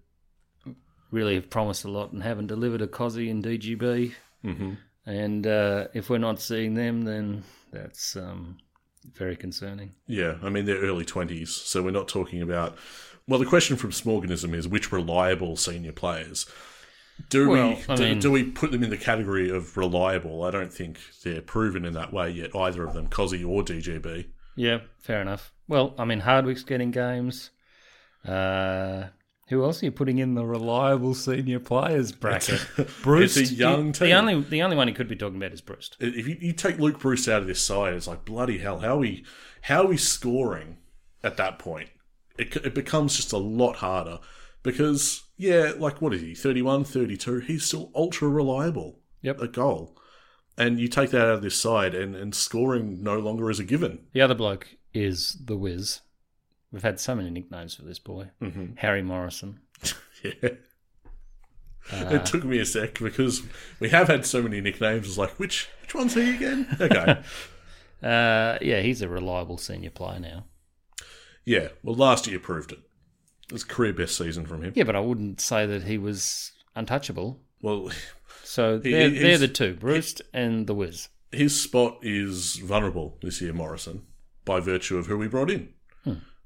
Speaker 6: really have promised a lot and haven't delivered are Cozzy and DGB. Mm-hmm. And uh, if we're not seeing them, then that's um, very concerning.
Speaker 5: Yeah, I mean they're early twenties, so we're not talking about. Well, the question from Smorganism is which reliable senior players do
Speaker 6: Well,
Speaker 5: we
Speaker 6: I
Speaker 5: do,
Speaker 6: mean-
Speaker 5: do we put them in the category of reliable? I don't think they're proven in that way yet, either of them, Cozzy or DGB.
Speaker 6: Yeah, fair enough. Well, I mean Hardwick's getting games. Uh, who else are you putting in the reliable senior players bracket? Bruce,
Speaker 5: it's a young
Speaker 6: the,
Speaker 5: team.
Speaker 6: only the only one he could be talking about is Bruce.
Speaker 5: If you, you take Luke Bruce out of this side, it's like bloody hell. How are we how are we scoring at that point? It c- it becomes just a lot harder because yeah, like what is he 31, 32? He's still ultra reliable.
Speaker 6: Yep.
Speaker 5: a goal. And you take that out of this side, and, and scoring no longer is a given.
Speaker 6: The other bloke is the Wiz. We've had so many nicknames for this boy. Mm-hmm. Harry Morrison.
Speaker 5: Yeah. it took me a sec because we have had so many nicknames. It's like, which which one's he again? Okay.
Speaker 6: Uh, yeah, he's a reliable senior player now.
Speaker 5: yeah. Well, last year proved it. It was career best season from him.
Speaker 6: Yeah, but I wouldn't say that he was untouchable.
Speaker 5: Well,
Speaker 6: So they're, they're
Speaker 5: he's-
Speaker 6: the two, Bruce and the Wiz.
Speaker 5: his spot is vulnerable this year, Morrison, by virtue of who we brought in.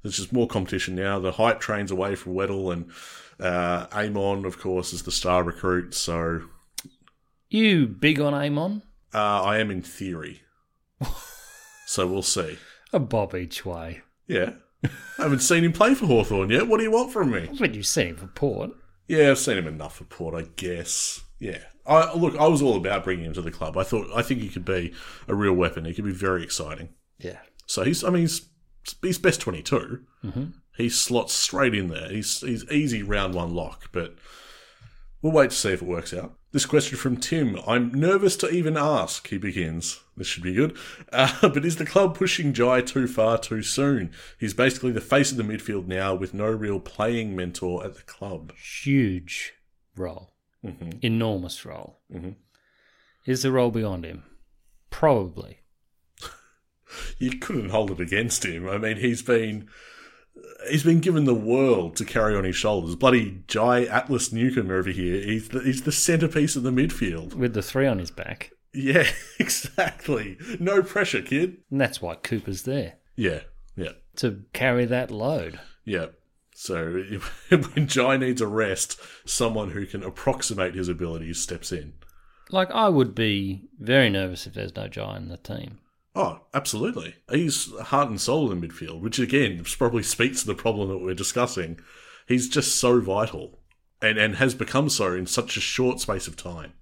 Speaker 5: There's just more competition now. The hype train's away from Weddle, and uh, Amon, of course, is the star recruit. So
Speaker 6: You big on Amon?
Speaker 5: Uh, I am in theory. so we'll see.
Speaker 6: A bob each way.
Speaker 5: Yeah. I haven't seen him play for Hawthorn yet. What do you want from me?
Speaker 6: But you've seen him for Port.
Speaker 5: Yeah, I've seen him enough for Port, I guess. Yeah. I look, I was all about bringing him to the club. I thought I think he could be a real weapon. He could be very exciting.
Speaker 6: Yeah.
Speaker 5: So he's I mean he's he's best 22. Mm-hmm. He slots straight in there. He's he's easy round one lock, but we'll wait to see if it works out. This question from Tim. I'm nervous to even ask, he begins. This should be good. Uh, but is the club pushing Jai too far too soon? He's basically the face of the midfield now with no real playing mentor at the club.
Speaker 6: Huge role, Mm-hmm. enormous role. Is the role beyond him? Probably.
Speaker 5: you couldn't hold it against him. I mean, he's been he's been given the world to carry on his shoulders. Bloody Jai Atlas Newcomb over here. He's the, he's the centerpiece of the midfield.
Speaker 6: With the three on his back.
Speaker 5: Yeah, exactly. No pressure, kid.
Speaker 6: And that's why Cooper's there
Speaker 5: Yeah, yeah,
Speaker 6: to carry that load.
Speaker 5: yeah. So when Jai needs a rest, someone who can approximate his abilities steps in.
Speaker 6: Like, I would be very nervous if there's no Jai in the team.
Speaker 5: Oh, absolutely. He's heart and soul in midfield, which again probably speaks to the problem that we're discussing. He's just so vital and, and has become so in such a short space of time.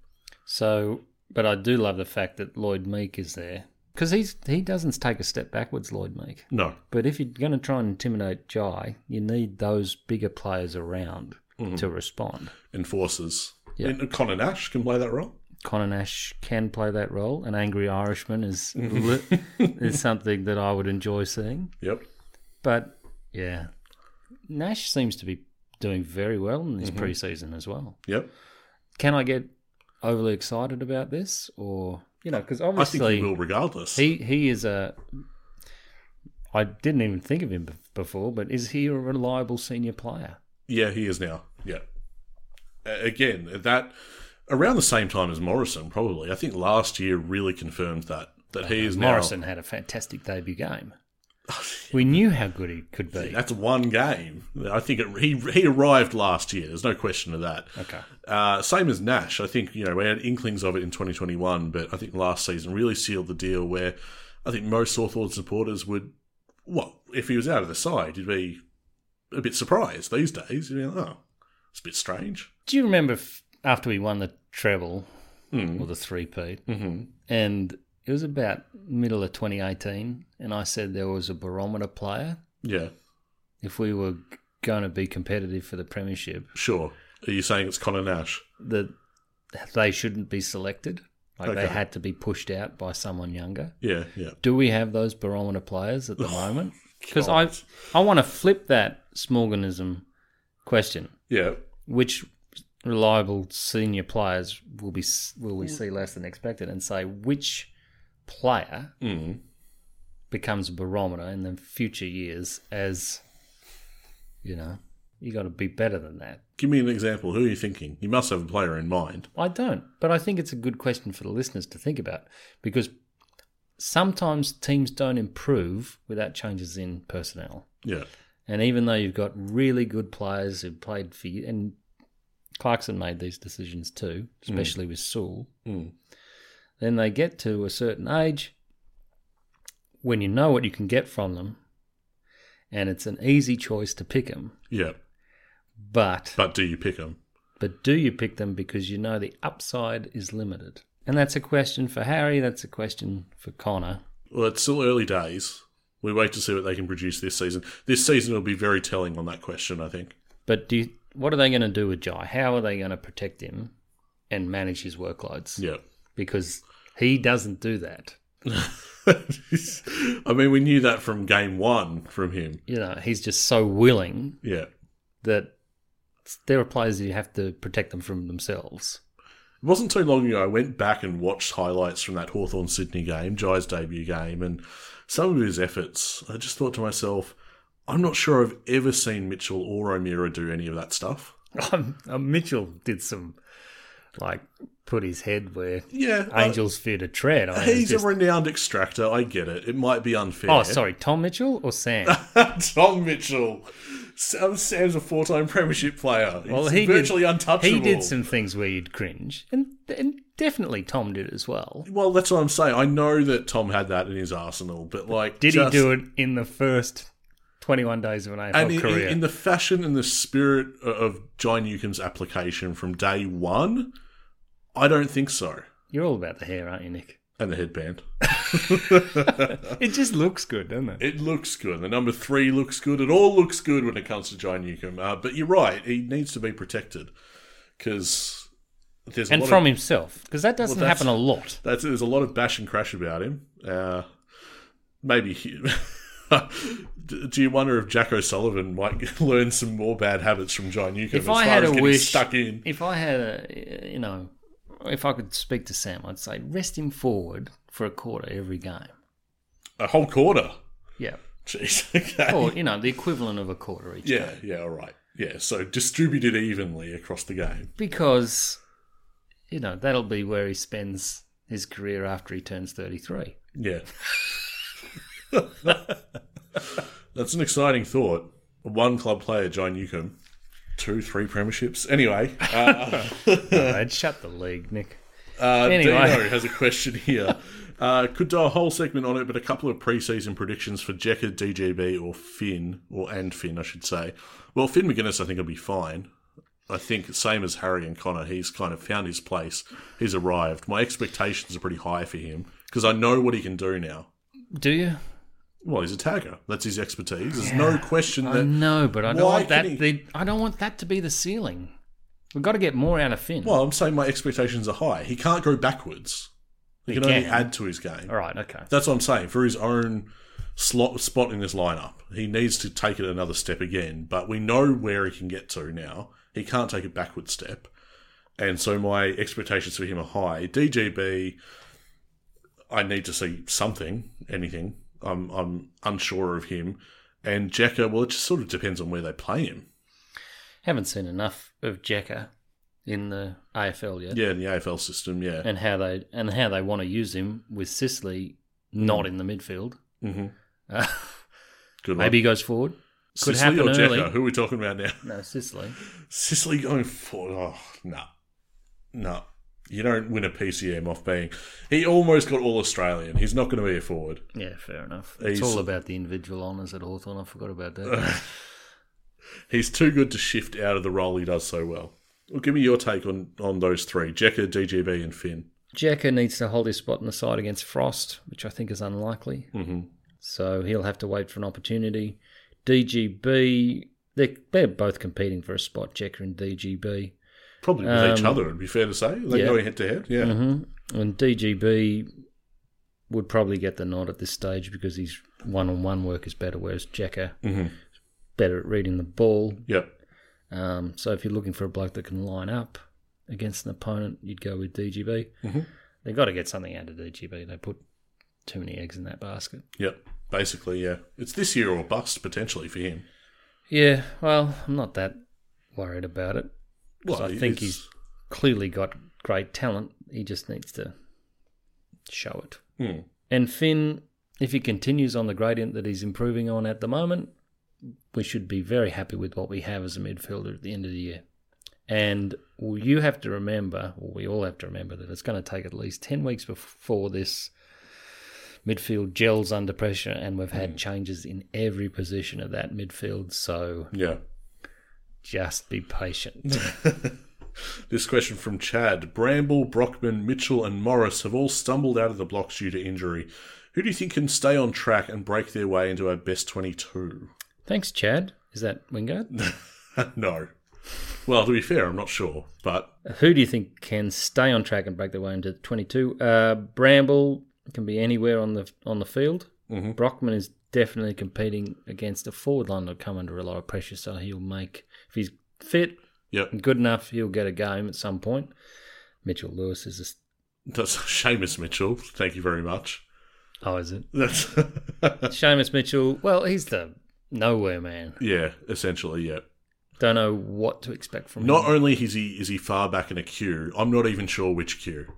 Speaker 6: So, but I do love the fact that Lloyd Meek is there because he's he doesn't take a step backwards, Lloyd Meek.
Speaker 5: No.
Speaker 6: But if you're going to try and intimidate Jai, you need those bigger players around to respond.
Speaker 5: Enforcers.
Speaker 6: Yeah.
Speaker 5: And Connor Nash can play that role.
Speaker 6: Conor Nash can play that role. An angry Irishman is is something that I would enjoy seeing.
Speaker 5: Yep.
Speaker 6: But yeah, Nash seems to be doing very well in this preseason as well.
Speaker 5: Yep.
Speaker 6: Can I get overly excited about this, or you know, because
Speaker 5: I think
Speaker 6: obviously
Speaker 5: he will regardless.
Speaker 6: He he is a. I didn't even think of him bef- before, but is he a reliable senior player?
Speaker 5: yeah, he is now. Yeah. A- Again, that around the same time as Morrison, probably. I think last year really confirmed that. That he is now-
Speaker 6: Morrison had a fantastic debut game. we knew how good he could be.
Speaker 5: That's one game. I think it, he he arrived last year. There's no question of that.
Speaker 6: Okay.
Speaker 5: Uh, same as Nash. I think you know we had inklings of it in 2021, but I think last season really sealed the deal. Where I think most Hawthorn supporters would, well, if he was out of the side, you'd be a bit surprised these days. You know, oh, it's a bit strange.
Speaker 6: Do you remember f- after we won the treble
Speaker 5: Hmm.
Speaker 6: or the three P, and it was about middle of 2018, and I said there was a barometer player
Speaker 5: Yeah,
Speaker 6: if we were going to be competitive for the premiership
Speaker 5: sure. Are you saying it's Connor Nash?
Speaker 6: that they shouldn't be selected. Like they
Speaker 5: Okay.
Speaker 6: had to be pushed out by someone younger.
Speaker 5: Yeah, yeah.
Speaker 6: Do we have those barometer players at the moment? Because I I want to flip that Smorganism question.
Speaker 5: Yeah,
Speaker 6: Which reliable senior players will be will we see less than expected, and say which player becomes a barometer in the future years as you know you got to be better than that.
Speaker 5: give me an example. Who are you thinking? You must have a player in mind.
Speaker 6: I don't, but I think it's a good question for the listeners to think about because sometimes teams don't improve without changes in personnel.
Speaker 5: Yeah,
Speaker 6: And even though you've got really good players who played for you, and Clarkson made these decisions too, especially with Sewell, then they get to a certain age when you know what you can get from them, and it's an easy choice to pick them.
Speaker 5: yeah.
Speaker 6: But
Speaker 5: But do you pick him?
Speaker 6: but do you pick them because you know the upside is limited? And that's a question for Harry, that's a question for Connor.
Speaker 5: Well, it's still early days. We wait to see what they can produce this season. This season will be very telling on that question, I think.
Speaker 6: But do you, what are they going to do with Jai? How are they going to protect him and manage his workloads?
Speaker 5: Yeah.
Speaker 6: Because he doesn't do that.
Speaker 5: I mean, we knew that from game one from him.
Speaker 6: You know, he's just so willing
Speaker 5: Yeah.
Speaker 6: that there are players you have to protect them from themselves.
Speaker 5: It wasn't too long ago, I went back and watched highlights from that Hawthorn Sydney game, Jai's debut game, and some of his efforts. I just thought to myself, I'm not sure I've ever seen Mitchell or O'Meara do any of that stuff.
Speaker 6: Um, Mitchell did some, like, put his head where
Speaker 5: Yeah. I-
Speaker 6: angels fear to tread. I mean, it's
Speaker 5: he's
Speaker 6: just-
Speaker 5: a renowned extractor. I get it. It might be unfair.
Speaker 6: oh, sorry, Tom Mitchell or Sam?
Speaker 5: Tom Mitchell. Sam, Sam's a four-time premiership player. He's
Speaker 6: Well, he
Speaker 5: virtually
Speaker 6: did,
Speaker 5: untouchable.
Speaker 6: He did some things where you'd cringe, and and definitely Tom did as well.
Speaker 5: Well, that's what I'm saying. I know that Tom had that in his arsenal, but like,
Speaker 6: Did he do it in the first twenty-one days of an AFL
Speaker 5: And in,
Speaker 6: career?
Speaker 5: in, in the fashion and the spirit o- of John Newcomb's application from day one, I don't think so.
Speaker 6: You're all about the hair, aren't you, Nick?
Speaker 5: and the headband.
Speaker 6: It just looks good, doesn't it?
Speaker 5: It looks good. The number three looks good. It all looks good when it comes to John Newcomb. Uh, but you're right; he needs to be protected because there's a
Speaker 6: and
Speaker 5: lot
Speaker 6: from
Speaker 5: of,
Speaker 6: himself, because that doesn't
Speaker 5: that's-
Speaker 6: happen a lot.
Speaker 5: that's, there's a lot of bash and crash about him. Uh, maybe. He, D- Do you wonder if Jack O'Sullivan might learn some more bad habits from John Newcomb?
Speaker 6: If
Speaker 5: as
Speaker 6: I
Speaker 5: far
Speaker 6: had
Speaker 5: as
Speaker 6: a
Speaker 5: getting
Speaker 6: wish,
Speaker 5: stuck in,
Speaker 6: if I had a, you know, if I could speak to Sam, I'd say rest him forward for a quarter every game.
Speaker 5: a whole quarter.
Speaker 6: Yeah,
Speaker 5: Jeez. Okay.
Speaker 6: or you know, the equivalent of a quarter each.
Speaker 5: yeah. Yeah. All right. Yeah. So distributed evenly across the game.
Speaker 6: because you know that'll be where he spends his career after he turns 33
Speaker 5: Yeah. That's an exciting thought. One club player, John Newcomb. Two, three premierships. Anyway, uh,
Speaker 6: i'd shut the league nick
Speaker 5: uh,
Speaker 6: Anyway.
Speaker 5: Dino has a question here. Uh, could do a whole segment on it, but a couple of preseason predictions for Jekka, DGB, or Finn, or and Finn, I should say. Well, Finn McGuinness, I think, will be fine. I think same as Harry and Connor, he's kind of found his place. He's arrived. My expectations are pretty high for him because I know what he can do now.
Speaker 6: do you
Speaker 5: Well, he's a tagger. That's his expertise. There's no question that.
Speaker 6: no but i don't
Speaker 5: Why
Speaker 6: want that
Speaker 5: can he-
Speaker 6: the, i don't want that to be the ceiling we've got to get more out of finn
Speaker 5: Well, I'm saying my expectations are high. He can't go backwards. He, can, only
Speaker 6: can.
Speaker 5: add to his game.
Speaker 6: all right okay
Speaker 5: That's what I'm saying. For his own slot spot in this lineup, he needs to take it another step again. But we know where he can get to now. He can't take a backward step, and so my expectations for him are high. DGB, I need to see something, anything. I'm I'm unsure of him, and Jacka. Well, it just sort of depends on where they play him.
Speaker 6: haven't seen enough of Jekka in the afl yet
Speaker 5: Yeah, in the AFL system. Yeah,
Speaker 6: and how they and how they want to use him with sicily not
Speaker 5: Mm.
Speaker 6: in the midfield
Speaker 5: Mhm.
Speaker 6: Uh,
Speaker 5: good.
Speaker 6: maybe he goes forward
Speaker 5: Sicily
Speaker 6: happen
Speaker 5: or Jekka?
Speaker 6: early.
Speaker 5: Who are we talking about now?
Speaker 6: no sicily
Speaker 5: Sicily going forward. Oh, no. No. You don't win a PCM off being. He almost got all Australian. He's not going to be a forward.
Speaker 6: yeah fair enough
Speaker 5: He's-
Speaker 6: it's all about the individual honours at hawthorn i forgot about that
Speaker 5: He's too good to shift out of the role he does so well. Well, give me your take on, on those three Jekka, DGB, and Finn.
Speaker 6: Jekka needs to hold his spot in the side against Frost, which I think is unlikely. Mm-hmm. So he'll have to wait for an opportunity. DGB, they're, they're both competing for a spot, Jekka and DGB.
Speaker 5: Probably with each other, it'd be fair to say. They're
Speaker 6: Um, yeah. Mm-hmm.
Speaker 5: going head to head. Yeah.
Speaker 6: And DGB would probably get the nod at this stage because his one on one work is better, whereas Jekka is better at reading the ball.
Speaker 5: Yep.
Speaker 6: Um, so if you're looking for a bloke that can line up against an opponent, you'd go with DGB. Mm-hmm. They've got to get something out of DGB. They put too many eggs in that basket.
Speaker 5: Yep. Basically, yeah. It's this year or bust, potentially, for him.
Speaker 6: Yeah, well, I'm not that worried about it.
Speaker 5: Well,
Speaker 6: I think
Speaker 5: it's-
Speaker 6: he's clearly got great talent. He just needs to show it. And Finn, if he continues on the gradient that he's improving on at the moment, we should be very happy with what we have as a midfielder at the end of the year. And you have to remember, or we all have to remember, that it's going to take at least 10 weeks before this midfield gels under pressure. And we've had changes in every position of that midfield. So
Speaker 5: Yeah.
Speaker 6: just be patient.
Speaker 5: This question from Chad. Bramble, Brockman, Mitchell, and Morris have all stumbled out of the blocks due to injury. Who do you think can stay on track and break their way into our best 22?
Speaker 6: Thanks, Chad. Is that Wingard?
Speaker 5: no. Well, to be fair, I'm not sure, but
Speaker 6: Who do you think can stay on track and break their way into 22? Uh, Bramble can be anywhere on the on the field.
Speaker 5: Mm-hmm.
Speaker 6: Brockman is definitely competing against a forward line that come under a lot of pressure, so he'll make if he's fit
Speaker 5: yep,
Speaker 6: and good enough, he'll get a game at some point. Mitchell Lewis is a,
Speaker 5: that's Seamus Mitchell. Thank you very much.
Speaker 6: oh, is it
Speaker 5: That's
Speaker 6: Seamus Mitchell? Well, he's the nowhere man.
Speaker 5: yeah, essentially, yeah.
Speaker 6: Don't know what to expect from
Speaker 5: Not
Speaker 6: him.
Speaker 5: only is he is he far back in a queue, I'm not even sure which queue.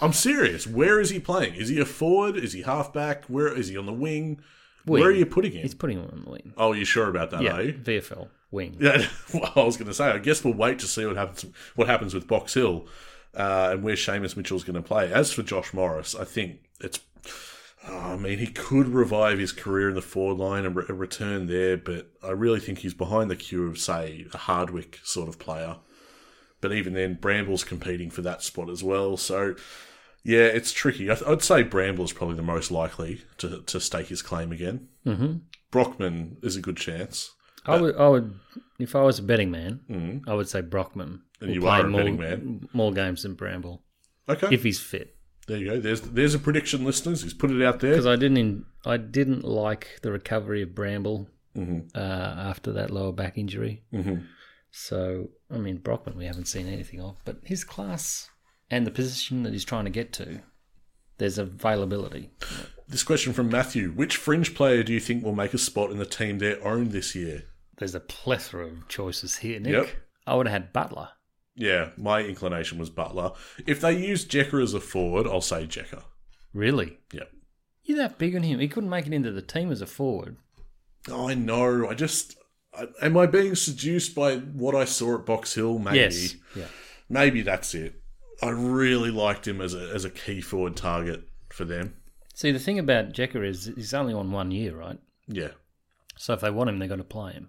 Speaker 5: I'm serious. Where is he playing? Is he a forward? Is he halfback? Where is he on the wing? Where are
Speaker 6: Wing.
Speaker 5: you putting him?
Speaker 6: He's putting him on the wing.
Speaker 5: Oh, you sure about that?
Speaker 6: Yeah,
Speaker 5: Are you?
Speaker 6: VFL wing.
Speaker 5: Yeah, well, I was going to say. I guess we'll wait to see what happens. What happens with Box Hill uh, and where Seamus Mitchell's going to play. As for Josh Morris, I think it's. oh, I mean, he could revive his career in the forward line and re- return there, but I really think he's behind the queue of, say, a Hardwick sort of player. But even then, Bramble's competing for that spot as well. So Yeah, it's tricky. I th- I'd say Bramble's probably the most likely to, to stake his claim again. Mm-hmm. Brockman is a good chance.
Speaker 6: I would, I would, if I was a betting man, I would say Brockman.
Speaker 5: Mm-hmm. And
Speaker 6: will
Speaker 5: you
Speaker 6: play
Speaker 5: are a
Speaker 6: more,
Speaker 5: betting man.
Speaker 6: More games than Bramble
Speaker 5: Okay,
Speaker 6: if he's fit,
Speaker 5: there you go. There's there's a prediction, listeners. He's put it out there.
Speaker 6: because I didn't, in, I didn't like the recovery of Bramble
Speaker 5: Mm-hmm.
Speaker 6: uh, after that lower back injury. Mm-hmm. So I mean, Brockman, we haven't seen anything of, but his class and the position that he's trying to get to, there's availability.
Speaker 5: This question from Matthew: Which fringe player do you think will make a spot in the team they're owned this year?
Speaker 6: There's a plethora of choices here, Nick.
Speaker 5: Yep.
Speaker 6: I would have had Butler.
Speaker 5: Yeah, my inclination was Butler. If they use Jecker as a forward, I'll say Jecker.
Speaker 6: Really?
Speaker 5: Yep.
Speaker 6: You're that big on him. He couldn't make it into the team as a forward.
Speaker 5: I know. I just I, am I being seduced by what I saw at Box Hill? Maybe.
Speaker 6: Yes. Yeah.
Speaker 5: Maybe that's it. I really liked him as a as a key forward target for them.
Speaker 6: See, the thing about Jecker is he's only on one year, right?
Speaker 5: Yeah.
Speaker 6: So if they want him, they're going to play him.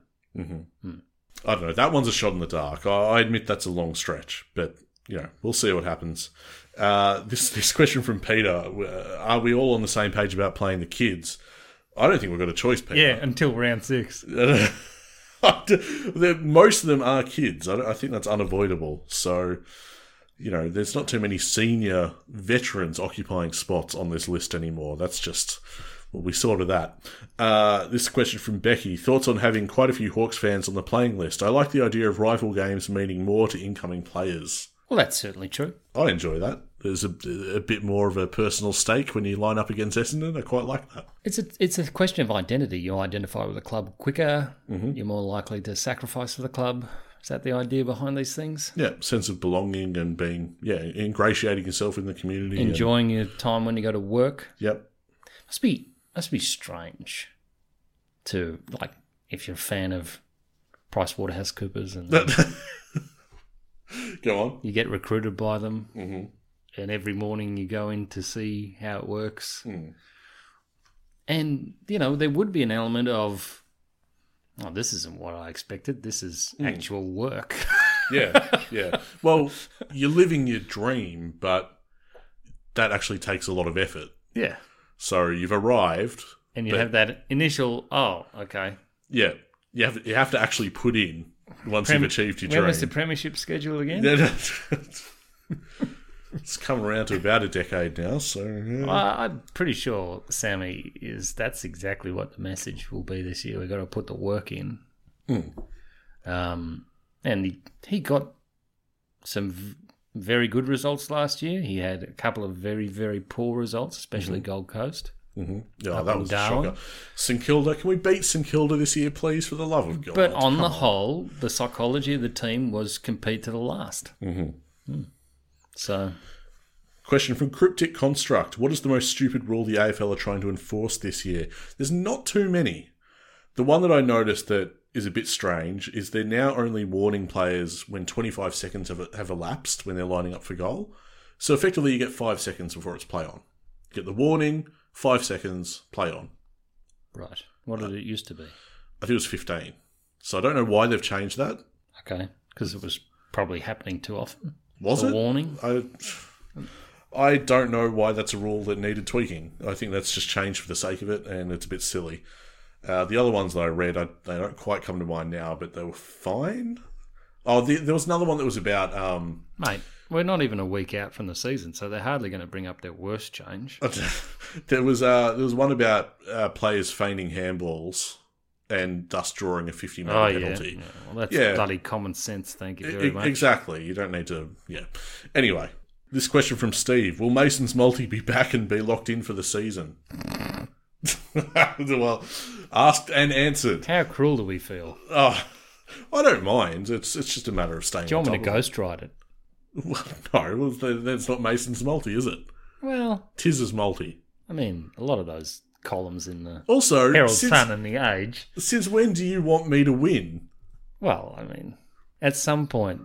Speaker 5: I don't know. That one's a shot in the dark. I, I admit that's a long stretch, but you know we'll see what happens. Uh, this this question from Peter: uh, Are we all on the same page about playing the kids? I don't think we've got a choice, Peter.
Speaker 6: until round six.
Speaker 5: They're- most of them are kids. I, don't- I think that's unavoidable. So, you know, there's not too many senior veterans occupying spots on this list anymore. That's just well, we saw to that. Uh, this question from Becky: Thoughts on having quite a few Hawks fans on the playing list? I like the idea of rival games meaning more to incoming players.
Speaker 6: Well, that's certainly true.
Speaker 5: I enjoy that. There's a, a bit more of a personal stake when you line up against Essendon. I quite like that.
Speaker 6: It's a it's a question of identity. You identify with a club quicker. You're more likely to sacrifice for the club. Is that the idea behind these things?
Speaker 5: Yeah, sense of belonging and being yeah, ingratiating yourself in the community. and-
Speaker 6: Enjoying your time when you go to work.
Speaker 5: yep.
Speaker 6: Must be must be strange to like if you're a fan of Price Waterhouse Coopers and
Speaker 5: Go on.
Speaker 6: you get recruited by them, and every morning you go in to see how it works. And you know there would be an element of, oh, this isn't what I expected. This is actual work.
Speaker 5: Yeah, yeah. Well, you're living your dream, but that actually takes a lot of effort.
Speaker 6: Yeah,
Speaker 5: So you've arrived.
Speaker 6: and you have that initial, oh, okay.
Speaker 5: Yeah, you have you have to actually put in once you've achieved your
Speaker 6: when
Speaker 5: dream.
Speaker 6: was the premiership schedule again?
Speaker 5: Yeah, that's- it's come around to about a decade now. So yeah.
Speaker 6: I I'm pretty sure Sammy is. That's exactly what the message will be this year. We've got to put the work in.
Speaker 5: Hmm.
Speaker 6: Um, and he, he got some v- very good results last year. He had a couple of very very poor results, especially
Speaker 5: Mm-hmm.
Speaker 6: Gold Coast.
Speaker 5: yeah, that
Speaker 6: in
Speaker 5: was
Speaker 6: Darwin.
Speaker 5: a shocker. St Kilda, can we beat St Kilda this year, please? For the love of God!
Speaker 6: But on the whole, the psychology of the team was compete to the last. Mm-hmm. So
Speaker 5: Question from Cryptic Construct. What is the most stupid rule the AFL are trying to enforce this year? There's not too many. The one that I noticed that is a bit strange is they're now only warning players when 25 seconds have, have elapsed when they're lining up for goal. So effectively, you get five seconds before it's play on. Get the warning, five seconds, play on.
Speaker 6: right, what did it used to be?
Speaker 5: I think it was 15. So I don't know why they've changed that.
Speaker 6: Okay, because it was probably happening too often.
Speaker 5: Was
Speaker 6: The
Speaker 5: it?
Speaker 6: warning?
Speaker 5: I, I don't know why that's a rule that needed tweaking. I think that's just changed for the sake of it, and it's a bit silly. Uh, the other ones that I read, I, they don't quite come to mind now, but they were fine. Oh, the, there was another one that was about. Um,
Speaker 6: Mate, we're not even a week out from the season, so they're hardly going to bring up their worst change.
Speaker 5: there was uh, there was one about uh, players feigning handballs and thus drawing a fifty meter penalty.
Speaker 6: Oh, Yeah, well, that's
Speaker 5: Yeah.
Speaker 6: bloody common sense. Thank you very
Speaker 5: E-
Speaker 6: much.
Speaker 5: Exactly. You don't need to. Yeah. Anyway, this question from Steve: Will Mason's multi be back and be locked in for the season? well, asked and answered.
Speaker 6: How cruel do we feel?
Speaker 5: Oh, I don't mind. It's it's just a matter of staying.
Speaker 6: Do you
Speaker 5: on
Speaker 6: want me to
Speaker 5: top
Speaker 6: ghost ride it?
Speaker 5: of- Well, no, well, th- that's not Mason's multi, is it?
Speaker 6: Well,
Speaker 5: Tis his multi.
Speaker 6: I mean, a lot of those columns in the
Speaker 5: Also,
Speaker 6: Herald Sun
Speaker 5: since,
Speaker 6: and the Age.
Speaker 5: since when do you want me to win?
Speaker 6: Well, I mean, at some point,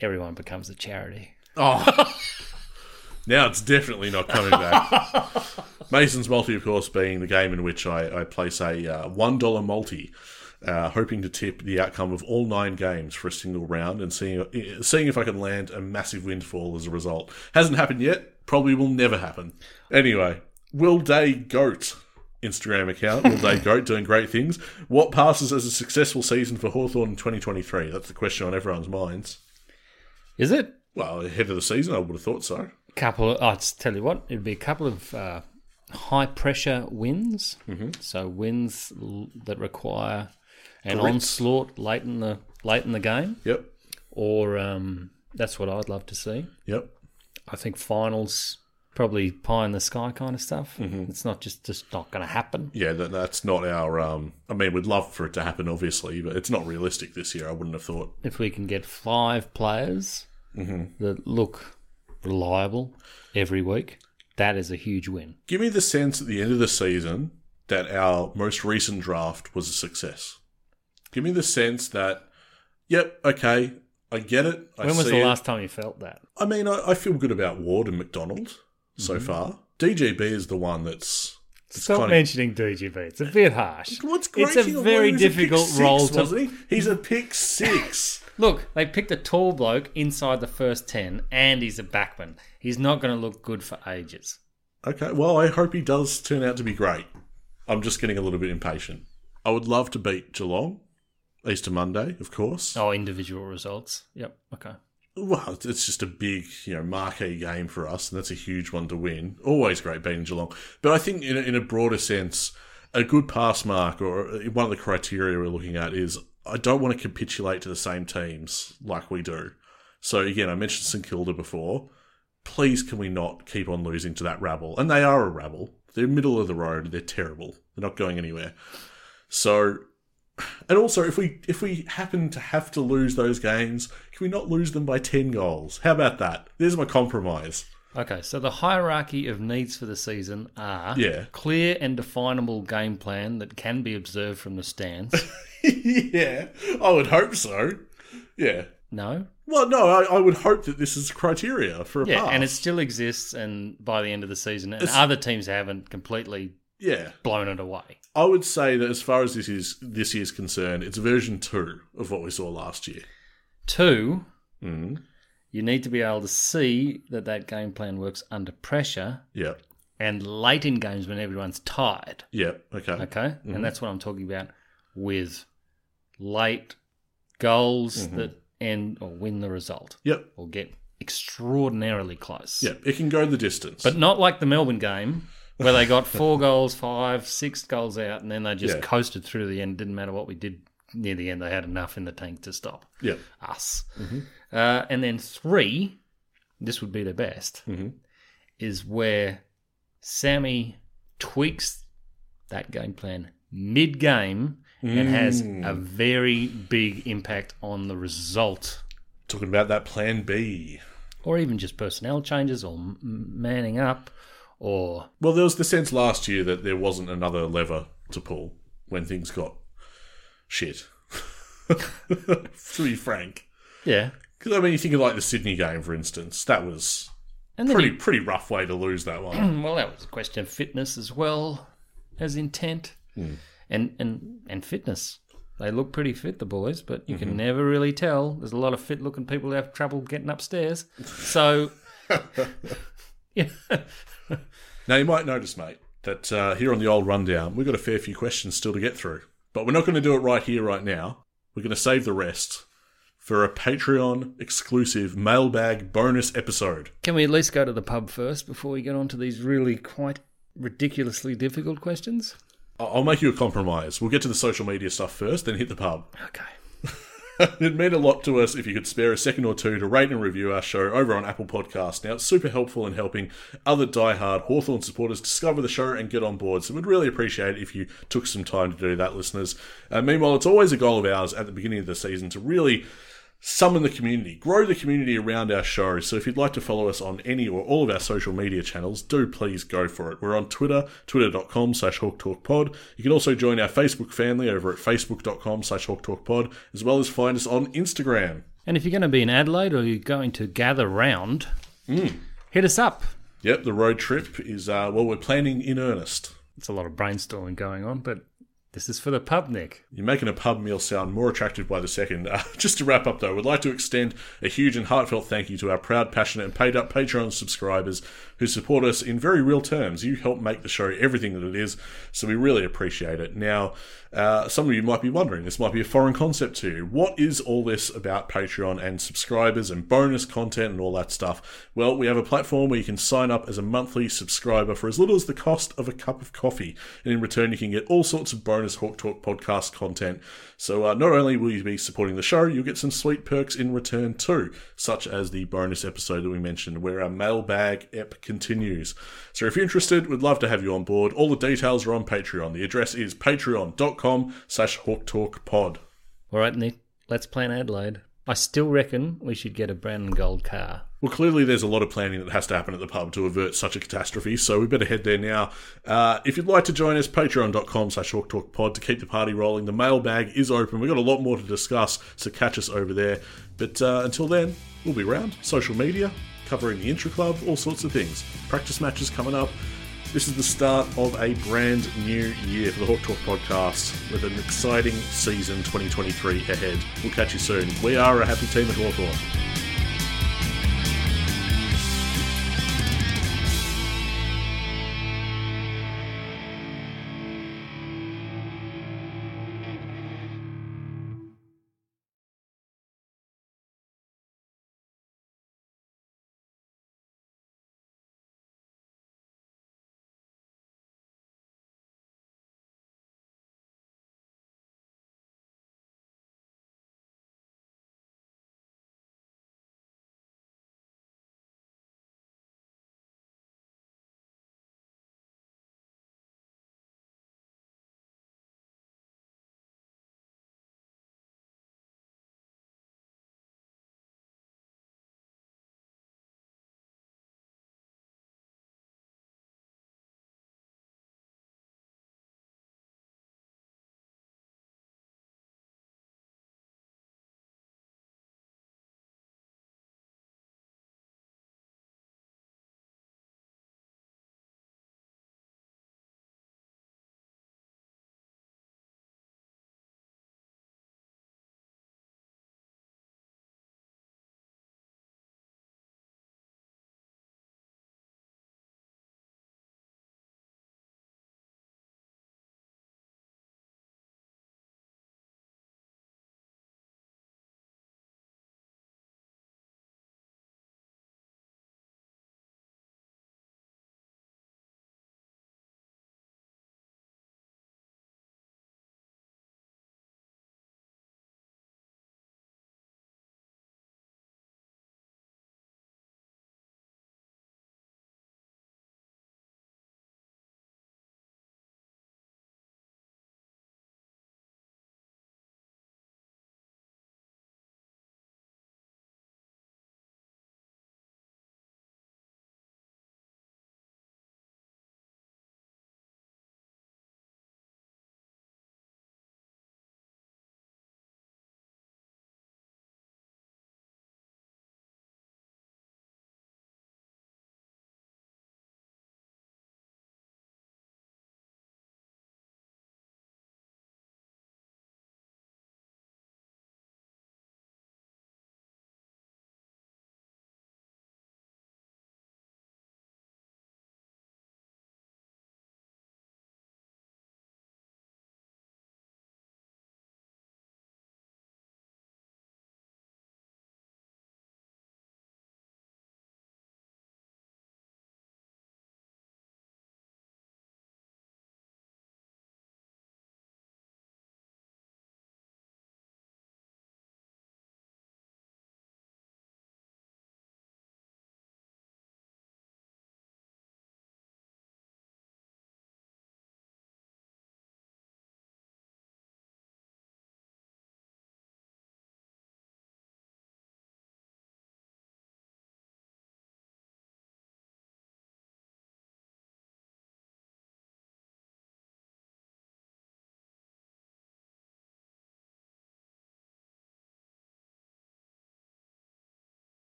Speaker 6: everyone becomes a charity.
Speaker 5: Oh. now it's definitely not coming back. Mason's multi, of course, being the game in which I, I place a uh, $1 multi, uh, hoping to tip the outcome of all nine games for a uh, single round and seeing, eh, seeing if I can land a massive windfall as a result. Hasn't happened yet, Probably will never happen. Anyway, Will Day Goat Instagram account, Will Day Goat, doing great things. What passes as a successful season for Hawthorn in 2023? That's the question on everyone's minds.
Speaker 6: Is it?
Speaker 5: Well, ahead of the season, I would have thought so.
Speaker 6: couple of, I'll just tell you what, it'd be a couple of uh, high pressure wins. Mm-hmm. So wins l- that require an
Speaker 5: Grit.
Speaker 6: onslaught late in the late in the game,
Speaker 5: Yep.
Speaker 6: or um, that's what I'd love to see.
Speaker 5: Yep.
Speaker 6: I think finals probably pie in the sky kind of stuff.
Speaker 5: Mm-hmm.
Speaker 6: It's not just just not going to happen.
Speaker 5: Yeah, that, that's not our. Um, I mean, we'd love for it to happen, obviously, but it's not realistic this year. I wouldn't have thought.
Speaker 6: If we can get five players
Speaker 5: Mm-hmm.
Speaker 6: that look reliable every week, that is a huge win.
Speaker 5: Give me the sense at the end of the season that our most recent draft was a success. Give me the sense that, yep, okay, I get it. I
Speaker 6: When was
Speaker 5: see
Speaker 6: the
Speaker 5: it.
Speaker 6: last time you felt that?
Speaker 5: I mean, I, I feel good about Ward and McDonald
Speaker 6: Mm-hmm.
Speaker 5: so far. DGB is the one that's. that's
Speaker 6: Stop
Speaker 5: kind of-
Speaker 6: mentioning DGB. It's a bit harsh.
Speaker 5: What's
Speaker 6: it's
Speaker 5: grating
Speaker 6: a
Speaker 5: away?
Speaker 6: very
Speaker 5: He's pick
Speaker 6: difficult
Speaker 5: six,
Speaker 6: role to
Speaker 5: wasn't he? He's a pick six.
Speaker 6: look. They picked a tall bloke inside the first ten, and he's a backman. He's not going to look good for ages.
Speaker 5: Okay, well, I hope he does turn out to be great. I'm just getting a little bit impatient. I would love to beat Geelong, Easter Monday, of course.
Speaker 6: Oh, individual results. Yep. Okay.
Speaker 5: Well, it's- it's just a big, you know, marquee game for us, and that's a huge one to win. Always great beating Geelong, but I think in a, in a broader sense, a good pass mark or uh, one of the criteria we're looking at is I don't want to capitulate to the same teams like we do. So again, I mentioned St Kilda before. Please, can we not keep on losing to that rabble? And they are a rabble. They're middle of the road. They're terrible. They're not going anywhere. So and also, if we if we happen to have to lose those games, can we not lose them by ten goals? How about that? There's my compromise.
Speaker 6: Okay. So the hierarchy of needs for the season are
Speaker 5: Yeah.
Speaker 6: clear and definable game plan that can be observed from the stands.
Speaker 5: yeah, I would hope so. Yeah.
Speaker 6: no.
Speaker 5: Well, no, I, I would hope that this is criteria for a
Speaker 6: Yeah,
Speaker 5: pass.
Speaker 6: and it still exists, and by the end of the season, and
Speaker 5: Ah. It's-
Speaker 6: other teams haven't completely
Speaker 5: yeah.
Speaker 6: blown it away.
Speaker 5: I would say that as far as this is this year's concerned, it's version two of what we saw last year.
Speaker 6: 2
Speaker 5: Mhm.
Speaker 6: you need to be able to see that that game plan works under pressure
Speaker 5: Yeah.
Speaker 6: and late in games when everyone's tired.
Speaker 5: Yeah. Mm-hmm. Okay.
Speaker 6: Okay, and that's what I'm talking about with late goals
Speaker 5: Mm-hmm.
Speaker 6: that end or win the result
Speaker 5: Yep.
Speaker 6: or get extraordinarily close.
Speaker 5: Yep. It can go the distance.
Speaker 6: But not like the Melbourne game where they got four goals, five, six goals out, and then they just
Speaker 5: Yeah.
Speaker 6: coasted through the end. Didn't matter what we did near the end; they had enough in the tank to stop
Speaker 5: yeah.
Speaker 6: us. Uh, and then three, this would be the best,
Speaker 5: Mhm.
Speaker 6: is where Sammy tweaks that game plan mid game and has a very big impact on the result.
Speaker 5: Talking about that plan B.
Speaker 6: Or even just personnel changes or m- manning up or
Speaker 5: Well, there was the sense last year that there wasn't another lever to pull when things got shit. to be frank,
Speaker 6: yeah.
Speaker 5: because I mean, you think of like the Sydney game, for instance. That was
Speaker 6: And then
Speaker 5: pretty
Speaker 6: he-
Speaker 5: pretty rough way to lose that one.
Speaker 6: Hmm, well that was a question of fitness as well as intent and and and fitness they look pretty fit the boys but you can never really tell there's a lot of fit looking people who have trouble getting upstairs so yeah
Speaker 5: now you might notice, mate, that uh, here on the old rundown, we've got a fair few questions still to get through, but we're not going to do it right here, right now. We're going to save the rest for a Patreon exclusive mailbag bonus episode.
Speaker 6: can we at least go to the pub first before we get on to these really quite ridiculously difficult questions
Speaker 5: I- I'll make you a compromise. We'll get to the social media stuff first, then hit the pub.
Speaker 6: okay
Speaker 5: It'd mean a lot to us if you could spare a second or two to rate and review our show over on Apple Podcasts. Now, it's super helpful in helping other diehard Hawthorn supporters discover the show and get on board. So, we'd really appreciate it if you took some time to do that, listeners. Uh, meanwhile, it's always a goal of ours at the beginning of the season to really summon the community, grow the community around our show. So if you'd like to follow us on any or all of our social media channels, do please go for it. We're on Twitter, twitter.com slash Hawk Talk Pod. You can also join our Facebook family over at facebook.com slash Hawk Talk Pod, as well as find us on Instagram.
Speaker 6: and if you're going to be in adelaide or you're going to gather round hit us up
Speaker 5: Yep, the road trip is, uh, well, we're planning in earnest.
Speaker 6: it's a lot of brainstorming going on but This is for the pub, Nick.
Speaker 5: You're making a pub meal sound more attractive by the second. Uh, just to wrap up, though, we'd like to extend a huge and heartfelt thank you to our proud, passionate, and paid up Patreon subscribers who support us in very real terms. You help make the show everything that it is, so we really appreciate it. Now, uh, some of you might be wondering, this might be a foreign concept to you. What is all this about Patreon and subscribers and bonus content and all that stuff? Well, we have a platform where you can sign up as a monthly subscriber for as little as the cost of a cup of coffee. And in return, you can get all sorts of bonus Hawk Talk podcast content. So uh, not only will you be supporting the show, you'll get some sweet perks in return too, such as the bonus episode that we mentioned where our mailbag ep continues. So if you're interested, we'd love to have you on board. All the details are on Patreon. The address is patreon.com slash hawktalkpod.
Speaker 6: All right, Nick, let's plan Adelaide. I still reckon we should get a brand new gold car.
Speaker 5: Well, clearly, there's a lot of planning that has to happen at the pub to avert such a catastrophe, so we better head there now. Uh, if you'd like to join us, patreon.com slash hawktalkpod to keep the party rolling. The mailbag is open. We've got a lot more to discuss, so catch us over there. But uh, until then, we'll be around. Social media, covering the Intra Club, all sorts of things. Practice matches coming up. This is the start of a brand new year for the Hawk Talk podcast with an exciting season 2023 ahead. We'll catch you soon. We are a happy team at Hawthorn.